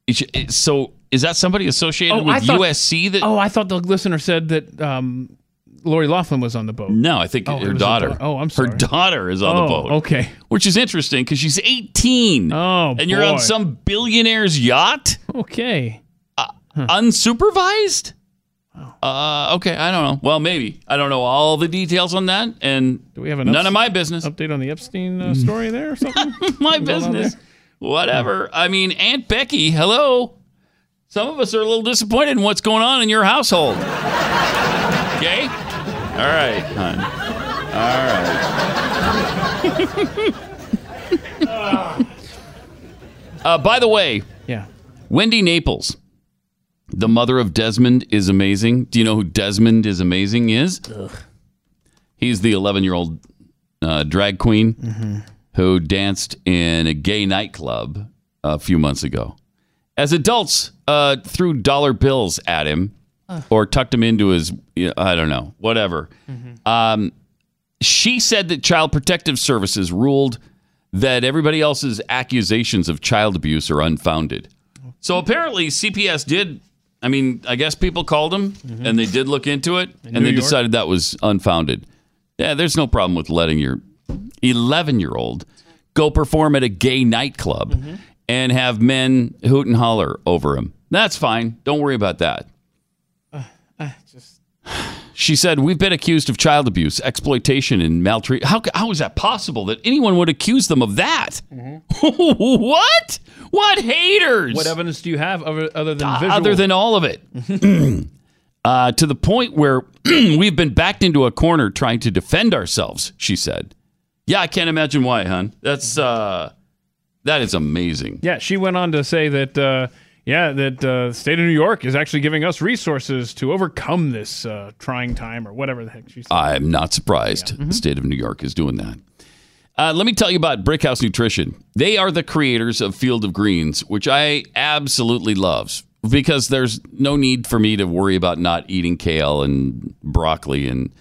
S2: it, it- so is that somebody associated with USC? That
S3: Oh, I thought the listener said that um, Lori Laughlin was on the boat.
S2: No, I think
S3: Oh, it
S2: her
S3: was her
S2: daughter.
S3: daughter. Oh, I'm sorry.
S2: Her daughter is on the
S3: Oh,
S2: boat.
S3: okay.
S2: Which is interesting because she's 18.
S3: Oh,
S2: and you're on
S3: boy.
S2: some billionaire's yacht.
S3: Okay.
S2: Uh,
S3: Hmm.
S2: unsupervised? Uh, okay, I don't know. Well, maybe I don't know all the details on that, and
S3: Do we have an
S2: none
S3: ups-
S2: of my business. Mm.
S3: Update on the Epstein uh, story there or something?
S2: my
S3: What's going on
S2: business.
S3: there?
S2: Whatever. I mean, Aunt Becky, hello. Some of us are a little disappointed in what's going on in your household. Okay. All right, hon. All right. uh, by the way,
S3: Yeah.
S2: Wendy Naples, the mother of Desmond, is amazing. Do you know who Desmond is amazing is? He's the 11 year old uh, drag queen who danced in a gay nightclub a few months ago. As adults uh, threw dollar bills at him or tucked him into his, yeah, I don't know, whatever. Um, she said that Child Protective Services ruled that everybody else's accusations of child abuse are unfounded. So apparently, CPS did. I mean, I guess people called them and they did look into it
S3: Mm-hmm.
S2: and
S3: In
S2: they
S3: New York?
S2: decided that was unfounded. Yeah, there's no problem with letting your 11 year old go perform at a gay nightclub
S3: Mm-hmm.
S2: and have men hoot and holler over him. That's fine. Don't worry about that.
S3: Uh,
S2: She said, We've been accused of child abuse, exploitation, and maltreatment. How, how is that possible that anyone would accuse them of that? what? What haters?
S3: Mm-hmm. What evidence do you have other, other than
S2: Uh,
S3: visual?
S2: Other than all of it. uh, to the point where we've been backed into a corner trying to defend ourselves, she said. Yeah, I can't imagine why, hon. That's, uh, that is amazing.
S3: Yeah, she went on to say that, uh, yeah, that uh, the state of New York is actually giving us resources to overcome this uh, trying time or whatever the heck she said.
S2: I'm not surprised
S3: Mm-hmm.
S2: the state of New York is doing that. Uh, let me tell you about Brickhouse Nutrition. They are the creators of Field of Greens, which I absolutely love because there's no need for me to worry about not eating kale and broccoli and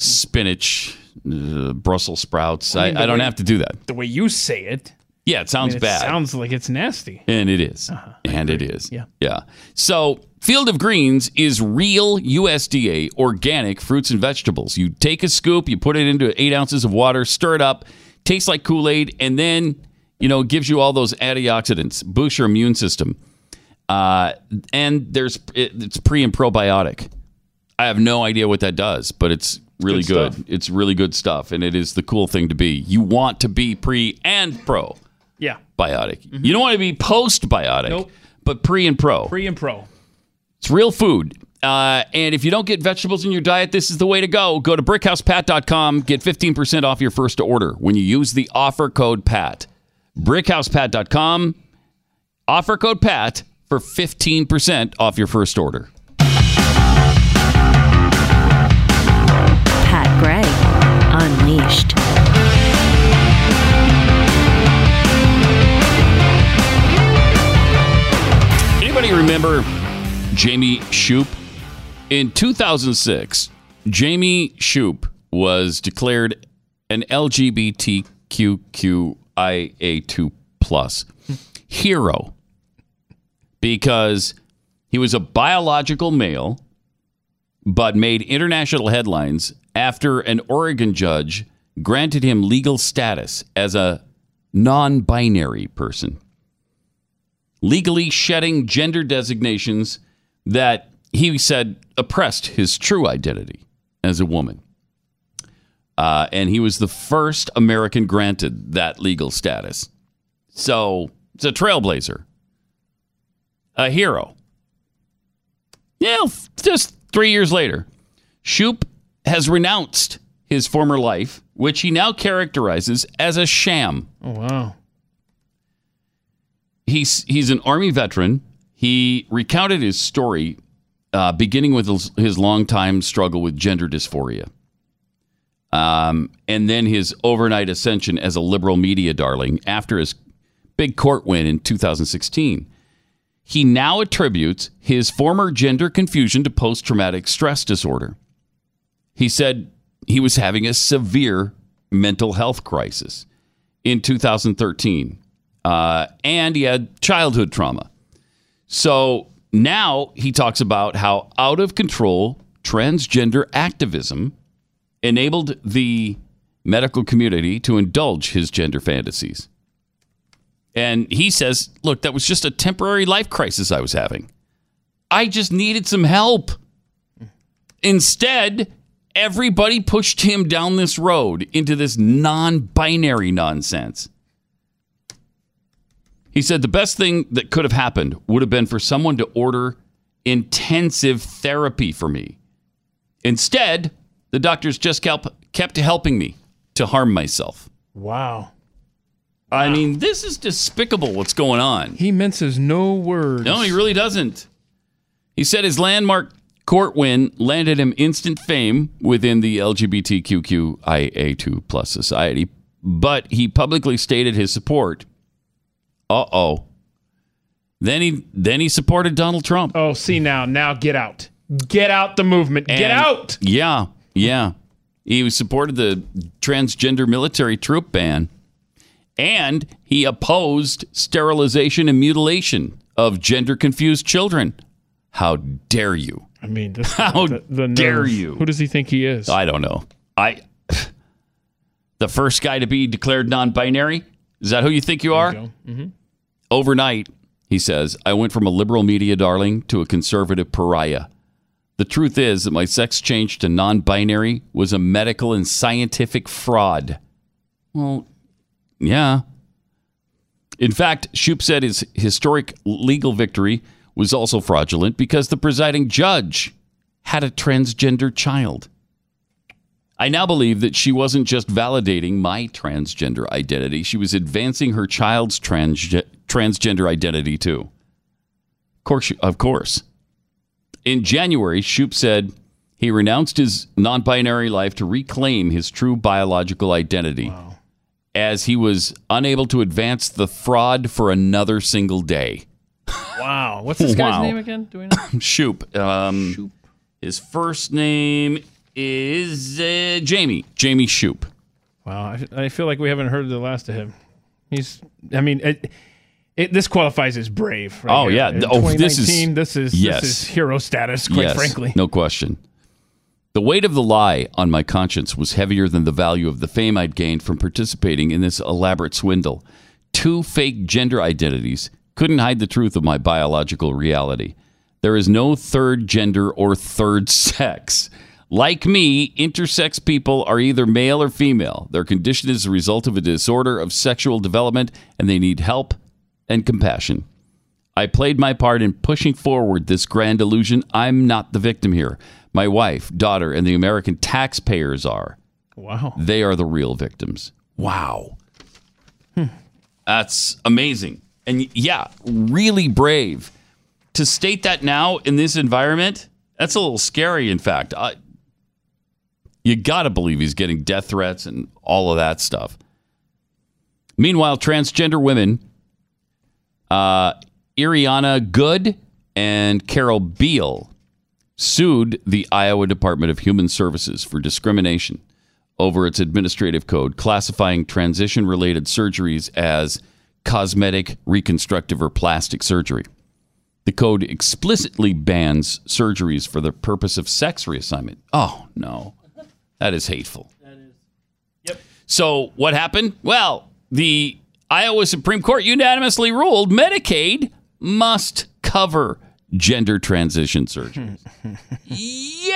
S2: spinach, uh, Brussels sprouts. I,
S3: mean, the
S2: I don't
S3: way-
S2: have to do that.
S3: The way you say it,
S2: Yeah, it
S3: I mean,
S2: sounds
S3: it
S2: bad.
S3: Sounds like it's nasty. Uh-huh.
S2: And it is. and it is.
S3: Yeah.
S2: Yeah. So, Field of Greens is real USDA organic fruits and vegetables. You take a scoop, you put it into eight ounces of water, stir it up, tastes like Kool Aid, and then, you know, it gives you all those antioxidants, boosts your immune system. Uh, and there's it, it's pre and probiotic. I have no idea what that does, but it's really
S3: good
S2: good. It's really good stuff, and it is the cool thing to be. You want to be pre and pro
S3: Yeah, Mm-hmm.
S2: biotic. You don't want to be post biotic,
S3: Nope.
S2: but pre and pro.
S3: pre and pro.
S2: It's real food. Uh, and if you don't get vegetables in your diet, this is the way to go. Go to brickhousepat.com, get 15% off your first order when you use the offer code PAT. Brickhousepat.com, offer code PAT for 15% off your first order.
S1: Pat Gray Unleashed.
S2: Anybody remember Jamie Shoup? In 2006, Jamie Shoup was declared an LGBTQIA2 plus hero because he was a biological male but made international headlines after an Oregon judge granted him legal status as a non binary person legally shedding gender designations that he said oppressed his true identity as a woman. Uh, and he was the first American granted that legal status. So it's a trailblazer, a hero. Yeah, f- just three years later, Shoup has renounced his former life, which he now characterizes as a sham
S3: Oh wow.
S2: he's he's an army veteran. He recounted his story, uh, beginning with his, his longtime struggle with gender dysphoria. um, and then his overnight ascension as a liberal media darling after his big court win in 2016. He now attributes his former gender confusion to post traumatic stress disorder. He said he was having a severe mental health crisis in 2013, uh, and he had childhood trauma. So now he talks about how out of control transgender activism enabled the medical community to indulge his gender fantasies. And he says, look, that was just a temporary life crisis I was having. I just needed some help. Instead, everybody pushed him down this road into this non binary nonsense. He said the best thing that could have happened would have been for someone to order intensive therapy for me. Instead, the doctors just kelp- kept helping me to harm myself.
S3: Wow.
S2: I mean, this is despicable what's going on.
S3: He minces no words.
S2: No, he really doesn't. He said his landmark court win landed him instant fame within the LGBTQIA2 plus society, but he publicly stated his support. Uh oh. Then he then he supported Donald Trump.
S3: Oh, see now, now get out, get out the movement, get
S2: And-
S3: out.
S2: Yeah, yeah. He supported the transgender military troop ban, and he opposed sterilization and mutilation of gender confused children. How dare you?
S3: I mean, this,
S2: How
S3: the, the nerve.
S2: dare you?
S3: Who does he think he is?
S2: I don't know. I the first guy to be declared non-binary. Is that who you think you are?
S3: Mhm.
S2: Overnight, he says, I went from a liberal media darling to a conservative pariah. The truth is that my sex change to non binary was a medical and scientific fraud. Well, yeah. In fact, Shoup said his historic legal victory was also fraudulent because the presiding judge had a transgender child. I now believe that she wasn't just validating my transgender identity, she was advancing her child's transge- transgender identity too. Of course, of course. In January, Shoup said he renounced his non binary life to reclaim his true biological identity as he was unable to advance the fraud for another single day.
S3: Wow. What's this guy's
S2: Wow.
S3: name again? Do we know?
S2: Shoop. Um, His first name is uh, Jamie. Jamie Shoop.
S3: wow. I, I feel like we haven't heard the last of him. He's. I mean, it, it, this qualifies as brave. Right
S2: Oh,
S3: here.
S2: yeah.
S3: In
S2: Oh, this is-
S3: 2019, this is
S2: yes.
S3: this is hero status. Quite
S2: Yes,
S3: frankly.
S2: No question. The weight of the lie on my conscience was heavier than the value of the fame I'd gained from participating in this elaborate swindle. Two fake gender identities couldn't hide the truth of my biological reality. There is no third gender or third sex. Like me, intersex people are either male or female. Their condition is the result of a disorder of sexual development, and they need help and compassion. I played my part in pushing forward this grand illusion. I'm not the victim here. My wife, daughter, and the American taxpayers are.
S3: Wow.
S2: They are the real victims. Wow. That's amazing. And yeah, really brave. To state that now in this environment, that's a little scary, in fact. I, you got to believe he's getting death threats and all of that stuff. Meanwhile, transgender women, uh, Iriana Good and Carol Beal, sued the Iowa Department of Human Services for discrimination over its administrative code classifying transition related surgeries as cosmetic, reconstructive, or plastic surgery. The code explicitly bans surgeries for the purpose of sex reassignment. Oh, no. That is hateful. That is. Yep. So, what happened? Well, the Iowa Supreme Court unanimously ruled Medicaid must cover gender transition surgery. Yay!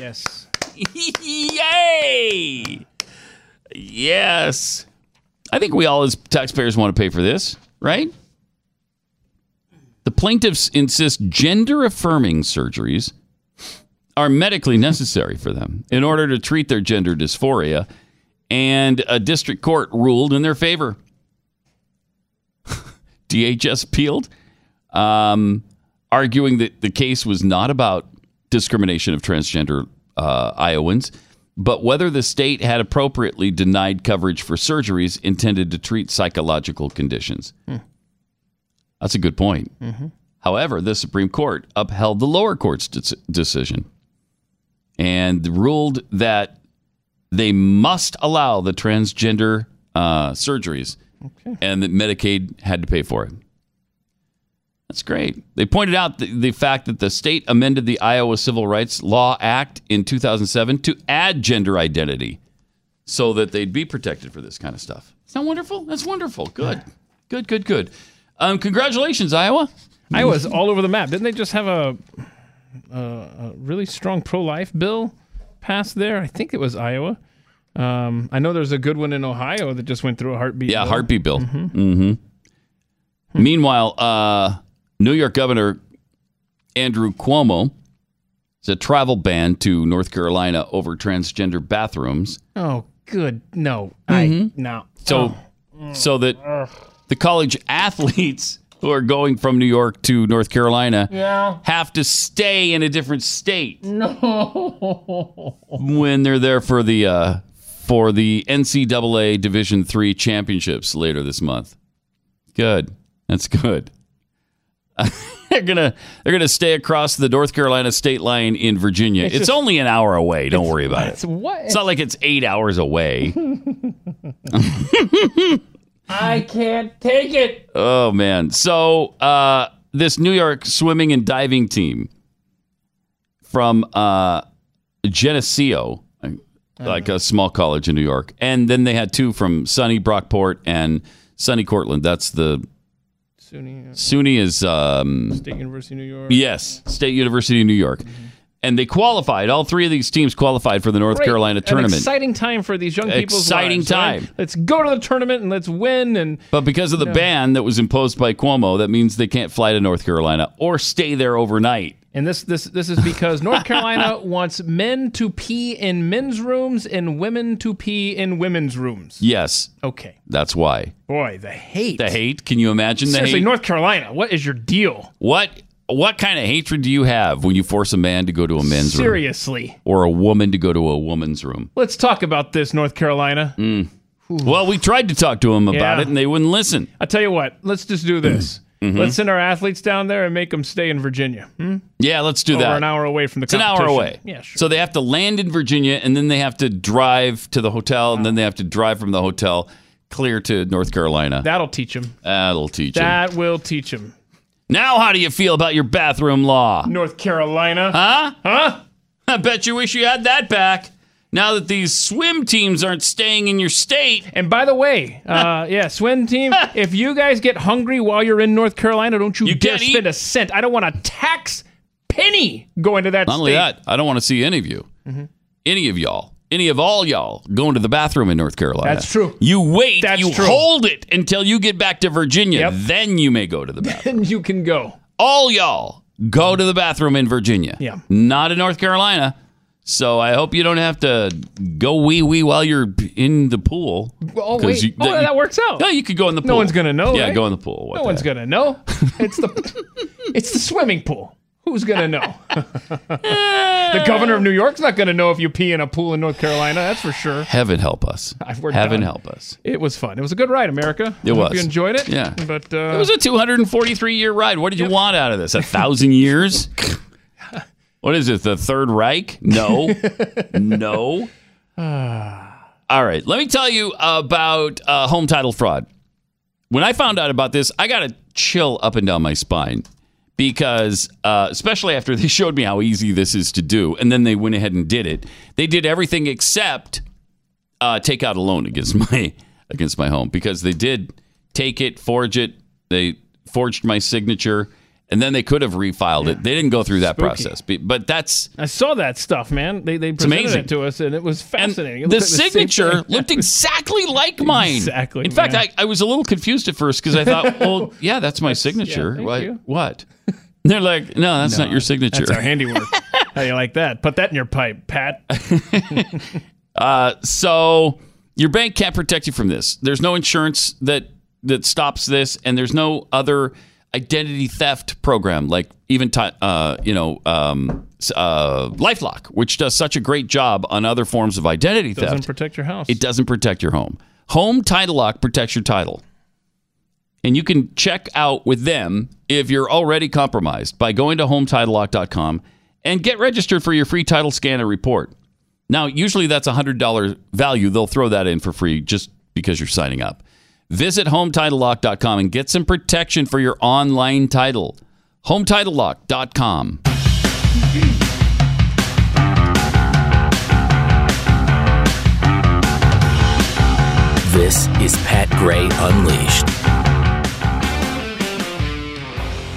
S3: Yes.
S2: Yay! Yes. I think we all, as taxpayers, want to pay for this, right? The plaintiffs insist gender affirming surgeries are medically necessary for them in order to treat their gender dysphoria, and a district court ruled in their favor. DHS appealed, um, arguing that the case was not about discrimination of transgender uh, Iowans, but whether the state had appropriately denied coverage for surgeries intended to treat psychological conditions.
S6: Hmm.
S2: That's a good point.
S3: Mm-hmm.
S6: Mhm.
S2: However, the Supreme Court upheld the lower court's dec- decision and ruled that they must allow the transgender uh, surgeries and that Medicaid had to pay for it. That's great. They pointed out the, the fact that the state amended the Iowa Civil Rights Law Act in 2007 to add gender identity so that they'd be protected for this kind of stuff. Isn't that wonderful? That's wonderful. Good. Good, good, good. Um, congratulations, Iowa.
S3: Iowa's all over the map. Didn't they just have a, a, a really strong pro-life bill passed there? I think it was Iowa. Um, I know there's a good one in Ohio that just went through a heartbeat.
S2: Yeah,
S3: bill. Hmm.
S2: heartbeat bill. Mm-hmm. Meanwhile, uh, New York Governor Andrew Cuomo is a travel ban to North Carolina over transgender bathrooms.
S3: Oh, good. No, I no.
S2: Mm-hmm.
S3: Oh.
S2: So, Mm. so that the college athletes who are going from New York to North Carolina
S3: Yeah.
S2: have to stay in a different state
S3: No.
S2: when they're there for the uh, for the NCAA Division three championships later this month. Good, that's good. they're gonna they're gonna stay across the North Carolina state line in Virginia. It's,
S3: It's just-
S2: only an hour away. Don't worry about it.
S3: It's what?
S2: It's not like it's eight hours away.
S3: I can't take it.
S2: Oh man! So uh, this New York swimming and diving team from uh, Geneseo, like a small college in New York, and then they had two from Sunny Brockport and Sunny Cortland. That's the
S3: SUNY, uh,
S2: SUNY is um,
S3: State University of New York.
S2: Yes, State University of New York, and they qualified. All three of these teams qualified for the North
S3: Great.
S2: Carolina
S3: An
S2: tournament.
S3: exciting time for these young people.
S2: Exciting time.
S3: Let's go to the tournament and let's win. And
S2: But because of the
S3: No.
S2: ban that was imposed by Cuomo, that means they can't fly to North Carolina or stay there overnight.
S3: and this this this is because North Carolina wants men to pee in men's rooms and women to pee in women's rooms.
S2: Yes.
S3: Okay.
S2: That's why.
S3: Boy, the hate.
S2: The hate. Can you imagine the
S3: Seriously,
S2: hate?
S3: North Carolina, what is your deal?
S2: what what kind of hatred do you have when you force a man to go to a men's
S3: Seriously.
S2: room or a woman to go to a woman's room?
S3: Let's talk about this, North Carolina.
S2: Mm. Well, we tried to talk to him about
S3: Yeah.
S2: it and they wouldn't listen.
S3: I tell you what, let's just do this.
S2: Mhm.
S3: Let's send our athletes down there and make them stay in Virginia. Hmm?
S2: Yeah, let's do
S3: Over
S2: that.
S3: an hour away from the
S2: It's an hour
S3: competition.
S2: away.
S3: Yeah,
S2: So they have to land in Virginia and then they have to drive to the hotel and then they have to drive from the hotel clear to North Carolina.
S3: That'll teach them.
S2: That'll teach him.
S3: That will teach them.
S2: Now, how do you feel about your bathroom law?
S3: North Carolina.
S2: Huh?
S3: Huh?
S2: I bet you wish you had that back. Now that these swim teams aren't staying in your state.
S3: And by the way, uh, yeah, swim team, if you guys get hungry while you're in North Carolina, don't you, dare
S2: can't eat.
S3: spend a cent. I don't want a tax penny going to that
S2: Not
S3: state. Mm-hmm.
S2: only that, I don't want to see any of you, any of y'all, any of all y'all going to the bathroom in North Carolina.
S3: That's true.
S2: You wait,
S3: That's
S2: you
S3: true.
S2: hold it until you get back to Virginia. Then you may go to the bathroom.
S3: Then you can go.
S2: all y'all go to the bathroom in Virginia.
S3: Yeah.
S2: Not in North Carolina. So I hope you don't have to go wee wee while you're in the pool.
S3: Oh,
S2: 'Cause
S3: wait.
S2: you-
S3: oh, that works out.
S2: No, you could go in the pool.
S3: No one's gonna know,
S2: Yeah,
S3: right?
S2: go in the pool. What
S3: No
S2: the
S3: one's
S2: heck?
S3: gonna know. It's the it's the swimming pool. Who's gonna know? the governor of New York's not gonna know if you pee in a pool in North Carolina. That's for sure.
S2: Heaven help us.
S3: We're
S2: Heaven
S3: done.
S2: help us.
S3: It was fun. It was a good ride, America.
S2: It
S3: I hope
S2: was.
S3: You enjoyed it.
S2: Yeah.
S3: But
S2: It
S3: uh,
S2: was a 243 year ride. What did you want out of this? A thousand years? what is it? The Third Reich? No. no.
S3: Ah.
S2: All right. Let me tell you about uh, home title fraud. When I found out about this, I got a chill up and down my spine because, uh, especially after they showed me how easy this is to do, and then they went ahead and did it. They did everything except uh, take out a loan against my against my home because they did take it, forge it. They forged my signature, and then they could have refiled it. They didn't go through that
S3: Spooky.
S2: process, Be- but that's
S3: I saw that stuff, man. They they presented
S2: amazing.
S3: it to us, and it was fascinating. It
S2: the
S3: looked like same
S2: signature
S3: thing.
S2: looked exactly like mine.
S3: Exactly,
S2: In fact,
S3: man.
S2: I, I was a little confused at first because I thought, well, yeah, that's my signature.
S3: thank
S2: Why-
S3: you.
S2: what? And they're like, no, that's not your signature.
S3: That's our handiwork. How you like that? Put that in your pipe, Pat.
S2: Uh, so your bank can't protect you from this. There's no insurance that that stops this, and there's no other identity theft program, like even ti uh, you know um, s- uh, LifeLock, which does such a great job on other forms of identity
S3: Doesn't
S2: theft.
S3: protect your house.
S2: It doesn't protect your home. Home Title Lock protects your title. And you can check out with them if you're already compromised by going to hometitlelock.com and get registered for your free title scan and report. Now, usually that's a $100 value. They'll throw that in for free just because you're signing up. Visit hometitlelock.com and get some protection for your online title. hometitlelock.com.
S10: This is Pat Gray Unleashed.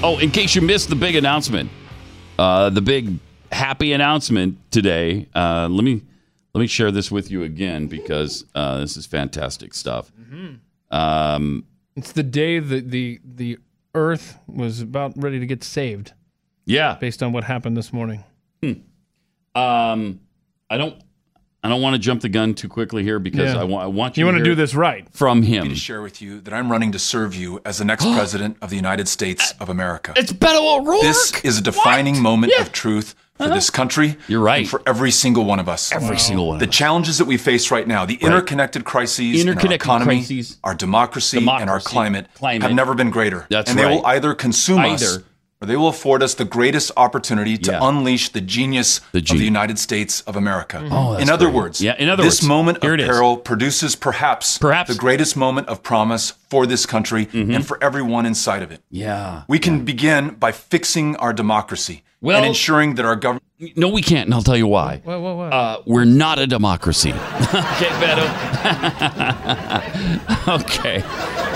S2: Oh, in case you missed the big announcement, uh, the big happy announcement today. Uh, let me let me share this with you again because uh, this is fantastic stuff. Um,
S3: It's the day that the the Earth was about ready to get saved.
S2: Yeah,
S3: based on what happened this morning.
S2: um, I don't I don't want to jump the gun too quickly here because
S3: Yeah.
S2: I, wa- I want you.
S3: You wanna
S2: hear
S3: do
S2: it
S3: this right.
S2: from
S5: Happy
S2: him.
S5: to share with you that I'm running to serve you as the next president of the United States of America.
S2: It's Beto O'Rourke.
S5: This is a defining moment of truth for this country. You're
S2: Uh-huh. right.
S5: And for every single one of us.
S2: Every Wow. single one
S5: The challenges that we face right now, the interconnected crises in our
S2: Interconnected
S5: economy,
S2: crises.
S5: our democracy, and our climate,
S2: Climate.
S5: have never been greater.
S2: That's
S5: and they will
S2: right.
S5: either consume us
S2: Either.
S5: or they will afford us the greatest opportunity to
S2: Yeah.
S5: unleash the genius, of
S2: genius.
S5: the United States of America.
S2: Oh, that's
S5: in other
S2: great.
S5: words,
S2: Yeah, in other
S5: this
S2: words.
S5: moment
S2: Here
S5: of
S2: it is.
S5: peril produces perhaps, perhaps the greatest moment of promise for this country and for everyone inside of it.
S2: Mm-hmm. Yeah.
S5: We can begin by fixing our democracy
S2: Well-
S5: and ensuring that our government.
S2: No, we can't, and I'll tell you why.
S3: Whoa, whoa, whoa.
S2: Uh, we're not a democracy.
S6: okay, Beto.
S2: okay,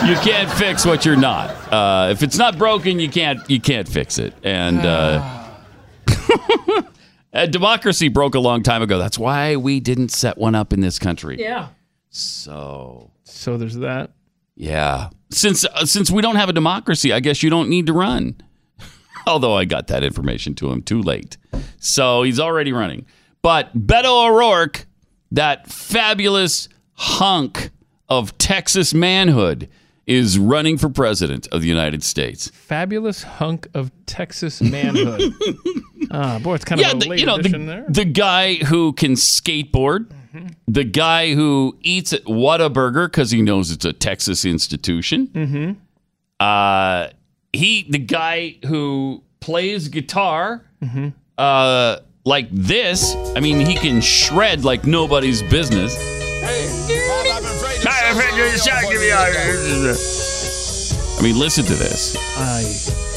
S2: you can't fix what you're not. Uh, if it's not broken, you can't you can't fix it. And uh, uh, democracy broke a long time ago. That's why we didn't set one up in this country.
S3: Yeah.
S2: So
S3: So there's that.
S2: yeah, since uh, since we don't have a democracy, I guess you don't need to run. Although I got that information to him too late, so he's already running. But Beto O'Rourke, that fabulous hunk of Texas manhood, is running for president of the United States.
S3: Fabulous hunk of Texas manhood. Ah, boy, it's kind
S2: yeah,
S3: of a
S2: the,
S3: late
S2: you know
S3: addition
S2: the,
S3: there.
S2: the guy who can skateboard,
S3: Mm-hmm.
S2: the guy who eats at Whataburger because he knows it's a Texas institution.
S3: Mm-hmm.
S2: Uh, he, the guy who plays guitar
S6: Mhm.
S2: uh, like this. I mean, he can shred like nobody's business. I mean, listen to this.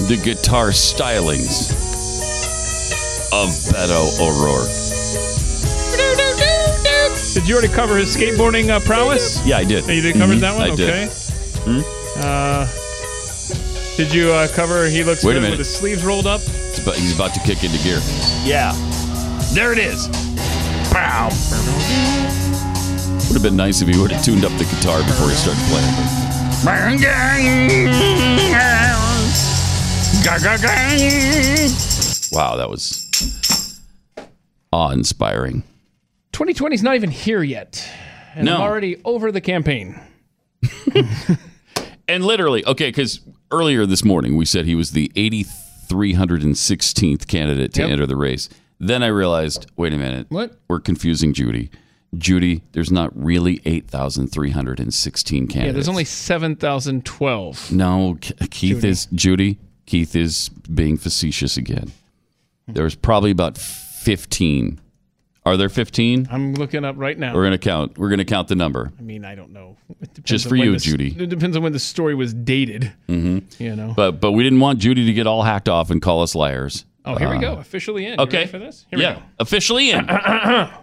S2: The guitar stylings of Beto O'Rourke.
S3: Did you already cover his skateboarding uh, prowess?
S2: Yeah, I did.
S3: You did cover
S2: Mhm,
S3: that one.
S2: I did.
S3: okay.
S2: Hmm?
S3: Uh, did you uh, cover? He looks
S2: Wait a
S3: good
S2: minute.
S3: with his sleeves rolled up.
S2: It's about- he's about to kick into gear.
S6: Yeah. There it is. Wow.
S2: Would have been nice if he would have tuned up the guitar before he started playing. Wow, that was awe-inspiring.
S3: 2020's not even here yet. And
S2: No.
S3: I'm already over the campaign.
S2: And literally, okay, because earlier this morning we said he was the 8,316th candidate to
S3: Yep.
S2: enter the race. Then I realized, wait a minute,
S3: What?
S2: We're confusing Judy. Judy, there's not really 8,316 candidates.
S3: Yeah, there's only 7,012.
S2: No, K- Keith
S3: Judy.
S2: is Judy. Keith is being facetious again. There's probably about 15. Are there 15?
S3: I'm looking up right now.
S2: We're gonna count. We're gonna count the number.
S3: I mean, I don't know. It depends
S2: Just
S3: on
S2: for
S3: when
S2: you,
S3: this-
S2: Judy.
S3: It depends on when the story was dated.
S2: hmm
S3: You know.
S2: But but we didn't want Judy to get all hacked off and call us liars.
S3: Oh, here we
S2: Uh,
S3: go. Officially in. You
S2: Okay.
S3: ready for this? Here
S2: yeah. Officially in.
S3: we go.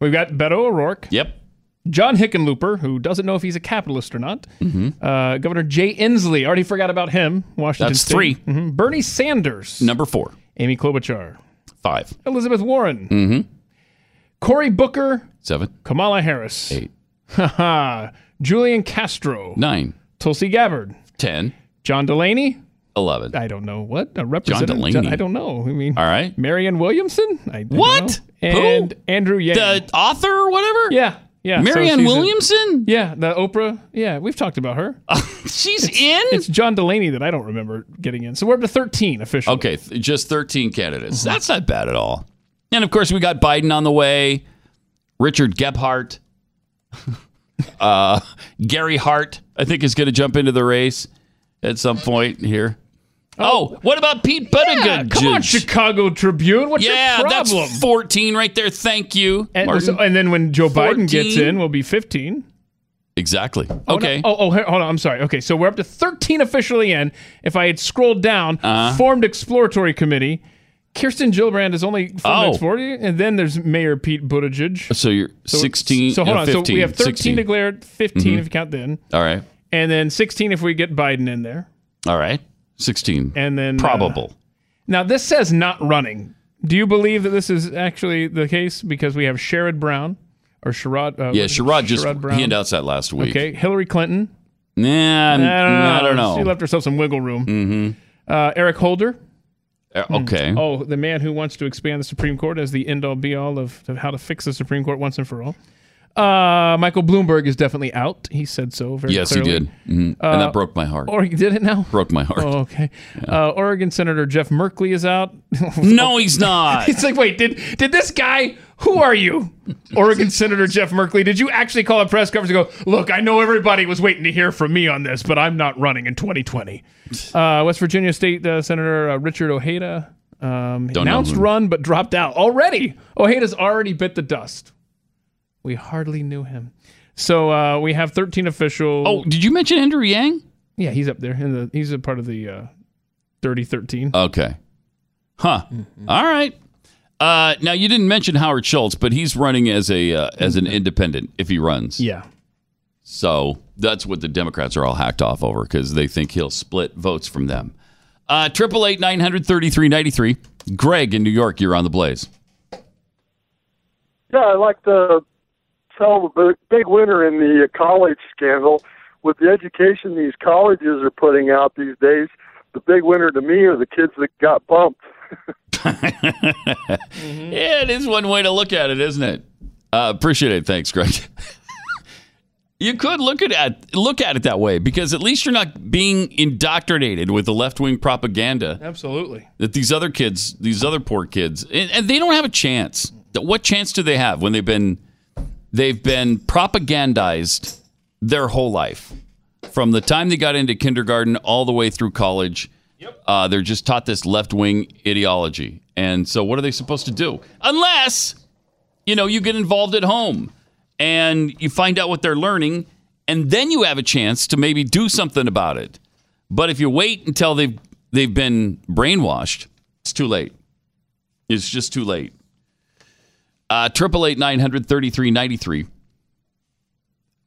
S3: We've got Beto O'Rourke,
S2: yep.
S3: John Hickenlooper, who doesn't know if he's a capitalist or not.
S2: Mm-hmm.
S3: Uh, Governor Jay Inslee. Already forgot about him. Washington.
S2: That's
S3: State.
S2: three.
S3: Mhm. Bernie Sanders.
S2: Number four.
S3: Amy Klobuchar.
S2: Five.
S3: Elizabeth Warren.
S2: Mm-hmm.
S3: Cory Booker.
S2: Seven.
S3: Kamala Harris.
S2: Eight.
S3: Haha. Julian Castro.
S2: Nine.
S3: Tulsi Gabbard.
S2: Ten.
S3: John Delaney.
S2: Eleven.
S3: I don't know what a representative.
S2: Delaney.
S3: I don't know. I mean,
S2: All right.
S3: Marion Williamson. I don't
S2: What?
S3: know.
S2: Who?
S3: And Andrew Yang.
S2: The author or whatever?
S3: Yeah. Yeah, so
S2: Marianne
S3: she's a-
S2: Williamson?
S3: yeah, the Oprah. Yeah, we've talked about her.
S2: she's in.
S3: It's John Delaney that I don't remember getting in. So we're up to thirteen official. Mm-hmm.
S2: Okay, th- just 13 candidates. That's not bad at all. And of course, we got Biden on the way, Richard Gephardt, uh, Gary Hart, I think, is going to jump into the race at some point here. Oh, what about Pete Buttigieg?
S3: Yeah, come on, Chicago Tribune. What's
S2: yeah,
S3: your
S2: that's
S3: problem?
S2: 14 right there. Thank you.
S3: and,
S2: Martin.
S3: so- and then when Joe Biden gets
S2: 14.
S3: in, we'll be fifteen.
S2: exactly.
S3: Oh,
S2: okay.
S3: no. Oh, oh, here- hold on. I'm sorry. Okay, so we're up to 13 officially in. If I had scrolled down,
S2: Uh-huh.
S3: formed exploratory committee. Kirsten Gillibrand is only
S2: Oh.
S3: formed exploratory, and then there's Mayor Pete Buttigieg.
S2: So you're 16.
S3: So hold
S2: no,
S3: on.
S2: 15,
S3: so we have 13
S2: 16.
S3: declared, 15
S2: Mhm.
S3: if you count then,
S2: All right.
S3: and then 16 if we get Biden in there,
S2: All right. 16.
S3: and then uh,
S2: Probable.
S3: now this says not running. Do you believe that this is actually the case because we have Sherrod Brown or Sherrod? Uh,
S2: yeah, Sherrod just
S3: Sherrod Brown.
S2: he announced that last week.
S3: Okay, Hillary Clinton.
S2: Nah, I don't know. I don't know.
S3: She left herself some wiggle room.
S2: Mhm.
S3: Uh, Eric Holder.
S2: Uh, Okay.
S3: Oh, the man who wants to expand the Supreme Court as the end all be all of, of how to fix the Supreme Court once and for all. Uh, Michael Bloomberg is definitely out. He said so very
S2: yes,
S3: clearly.
S2: he did. Mhm.
S3: Uh,
S2: and that broke my heart.
S3: Or he did it now?
S2: broke my heart.
S3: Oh, okay. Uh, Oregon Senator Jeff Merkley is out.
S2: No, he's not.
S3: it's like, wait, did did this guy? Who are you, Oregon Senator Jeff Merkley? Did you actually call a press conference and go, "Look, I know everybody was waiting to hear from me on this, but I'm not running in 2020." Uh, West Virginia State uh, Senator uh, Richard Ojeda um,
S2: Don't know
S3: announced
S2: who-
S3: run but dropped out already. Ojeda's already bit the dust. We hardly knew him. So uh, we have 13 official.
S2: Oh, did you mention Andrew Yang?
S3: Yeah, he's up there. In the, he's a part of the uh, Dirty 13.
S2: Okay. Huh.
S3: Mm-hmm.
S2: All right. Uh, now you didn't mention Howard Schultz, but he's running as a uh, as an independent if he runs.
S3: Mm-hmm. Yeah.
S2: So that's what the Democrats are all hacked off over because they think he'll split votes from them. Uh, Triple eight nine hundred thirty three ninety three. Greg in New York, you're on the blaze.
S19: Yeah, I like to tell the big winner in the college scandal with the education these colleges are putting out these days. The big winner to me are the kids that got bumped.
S3: Mm-hmm.
S2: Yeah, it is one way to look at it, isn't it? Uh, appreciate it. Thanks, Greg. you could look at it, look at it that way because at least you're not being indoctrinated with the left wing propaganda.
S3: Absolutely.
S2: that these other kids, these other poor kids, and, and they don't have a chance. What chance do they have when they've been they've been propagandized their whole life from the time they got into kindergarten all the way through college? Uh, they're just taught this left wing ideology, and so what are they supposed to do? Unless you know you get involved at home and you find out what they're learning, and then you have a chance to maybe do something about it. But if you wait until they've they've been brainwashed, it's too late. It's just too late. Uh, Triple eight nine hundred thirty three ninety three.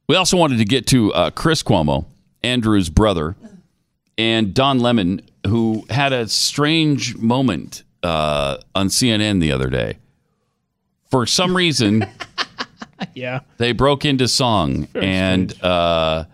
S2: We also wanted to get to uh, Chris Cuomo, Andrew's brother, and Don Lemon, who had a strange moment uh, on CNN the other day. For some reason,
S3: Yeah.
S2: they broke into song, and uh,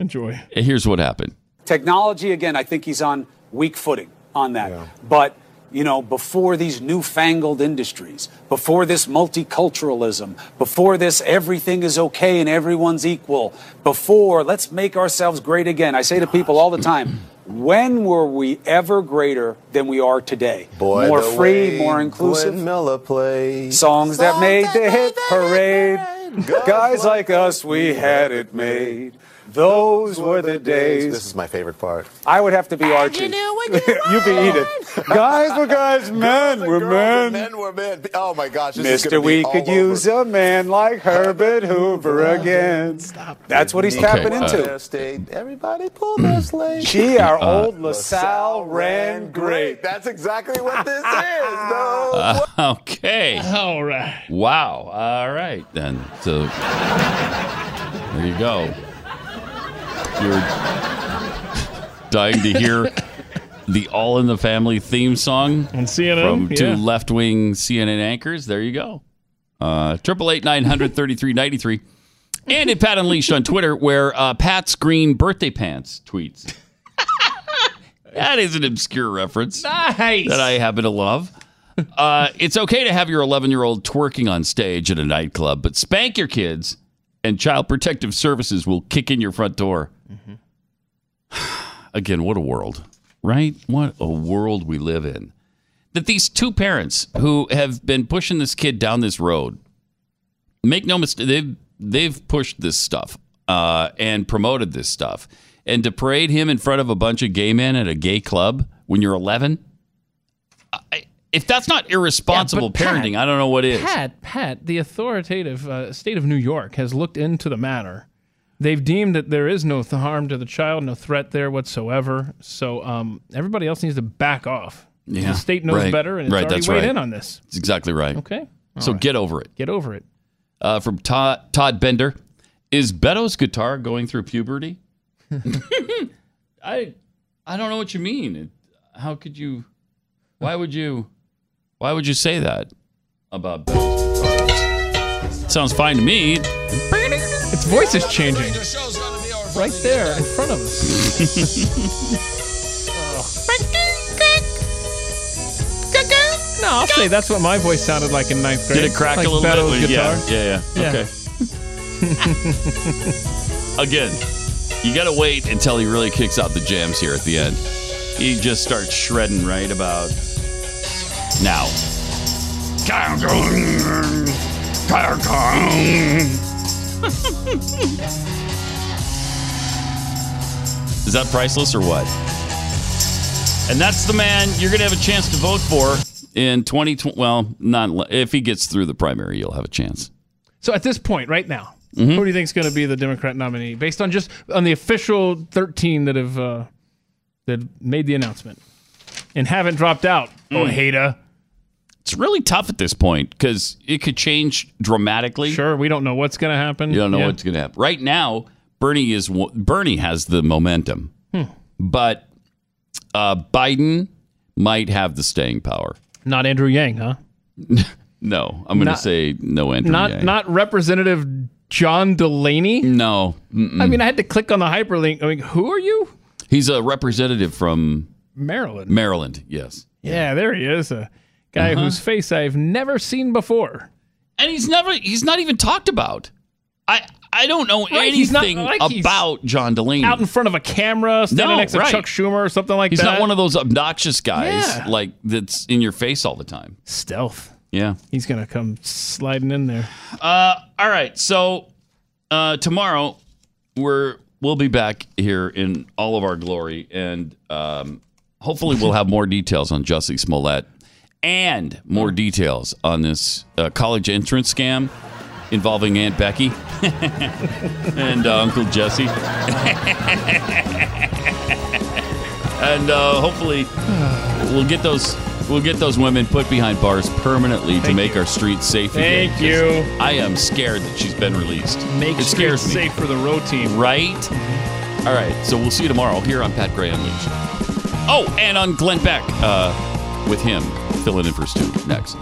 S3: Enjoy.
S2: here's what happened.
S20: Technology, again, I think he's on weak footing on that. But, you know, before these newfangled industries, before this multiculturalism, before this everything is okay and everyone's equal, before let's make ourselves great again. I say to people all the time, when were we ever greater than we are today?
S21: Boy,
S20: more
S21: the
S20: free,
S21: way
S20: more inclusive.
S21: Glenn Miller plays.
S20: Songs that made the hit parade. Guys like us, we had it made. Those were the days.
S21: This is my favorite part.
S20: I would have to be Archie. You, be Edith. guys were guys, men were men.
S21: Men were men. Oh my gosh, this is
S20: Mister,
S21: gonna be
S20: we
S21: all
S20: could
S21: over.
S20: use a man like Herbert Hoover again. That's what he's
S21: Okay,
S20: tapping
S21: uh,
S20: into.
S21: Fair State. Everybody pull their sleigh.
S20: Gee, our
S21: Uh,
S20: old LaSalle ran great.
S21: That's exactly what this is. No.
S2: Uh, okay.
S3: Oh, All right.
S2: Wow. All right then. So there you go. You're dying to hear the All in the Family theme song
S3: on
S2: from
S3: CNN
S2: two
S3: yeah.
S2: left-wing CNN anchors. There you go. Uh, Triple eight nine hundred thirty-three ninety-three. And at Pat Unleashed on Twitter, where uh, Pat's green birthday pants tweets. that is an obscure reference
S3: Nice.
S2: that I happen to love. uh, it's okay to have your 11 year old twerking on stage at a nightclub, but spank your kids, and Child Protective Services will kick in your front door.
S3: Mm-hmm.
S2: Again, what a world, right? What a world we live in. That these two parents who have been pushing this kid down this road, make no mistake, they've they've pushed this stuff uh, and promoted this stuff and to parade him in front of a bunch of gay men at a gay club when you're 11. I, if that's not irresponsible
S3: Pat-
S2: parenting, I don't know what is.
S3: Pat, Pat, the authoritative uh, state of New York has looked into the matter. They've deemed that there is no th- harm to the child, no threat there whatsoever. So um, everybody else needs to back off.
S2: Yeah,
S3: the state knows
S2: right,
S3: better, and it's
S2: right,
S3: already
S2: that's
S3: weighed
S2: right.
S3: in on this.
S2: That's exactly right.
S3: Okay, all
S2: so
S3: right.
S2: get over it.
S3: Get over it.
S2: Uh, from Todd, Todd Bender, is Beto's guitar going through puberty? I I don't know what you mean. It- How could you? Why would you? Why would you say that about Beto's guitar? Sounds fine to me.
S3: Its voice is changing. Right there in front of us. no, I'll say that's what my voice sounded like in ninth grade.
S2: Did it crack
S3: Like
S2: a little
S3: Beto's
S2: bit?
S3: guitar.
S2: Yeah, yeah, yeah.
S3: Yeah.
S2: Okay. Again, you gotta wait until he really kicks out the jams here at the end. He just starts shredding right about now. Is that priceless or what? And that's the man you're going to have a chance to vote for in 2020. Well, not le- if he gets through the primary, you'll have a chance.
S3: So at this point, right now,
S2: Mm-hmm.
S3: who do you think is going to be the Democrat nominee based on just on the official thirteen that have uh, that made the announcement and haven't dropped out? Oh, Hater.
S2: Mm. It's really tough at this point because it could change dramatically.
S3: Sure, we don't know what's going to happen.
S2: You don't know
S3: Yeah.
S2: what's going to happen. Right now, Bernie is wo- Bernie has the momentum,
S3: Hmm.
S2: but uh, Biden might have the staying power.
S3: Not Andrew Yang, huh?
S2: No, I'm going to
S3: Not-
S2: say no Andrew.
S3: not
S2: Yang.
S3: not Representative John Delaney.
S2: No, Mm-mm.
S3: I mean I had to click on the hyperlink. I mean, who are you?
S2: he's a representative from
S3: Maryland.
S2: Maryland. Yes.
S3: Yeah, there he is, a guy
S2: Uh-huh.
S3: whose face I've never seen before.
S2: and he's never he's not even talked about. I I don't know
S3: Right, he's not
S2: anything
S3: like he's
S2: about John Delaney.
S3: Out in front of a camera, standing
S2: No,
S3: next to
S2: right.
S3: Chuck Schumer or something like
S2: he's
S3: that.
S2: not one of those obnoxious guys
S3: Yeah.
S2: like that's in your face all the time.
S3: stealth.
S2: Yeah.
S3: He's gonna come sliding in there.
S2: Uh, all right. So uh, tomorrow we're we'll be back here in all of our glory, and um, hopefully we'll have more details on Jussie Smollett and more details on this uh, college entrance scam involving Aunt Becky and uh, Uncle Jesse. And uh, hopefully, we'll get those we'll get those women put behind bars permanently to make our streets safe. again,
S3: Thank
S2: 'cause
S3: you.
S2: I am scared that she's been released.
S3: Make
S2: it scares
S3: streets
S2: me.
S3: safe for the road team.
S2: right? All right. So we'll see you tomorrow here on Pat Gray Unleashed. Oh, and on Glenn Beck uh, with him filling in for Stu next.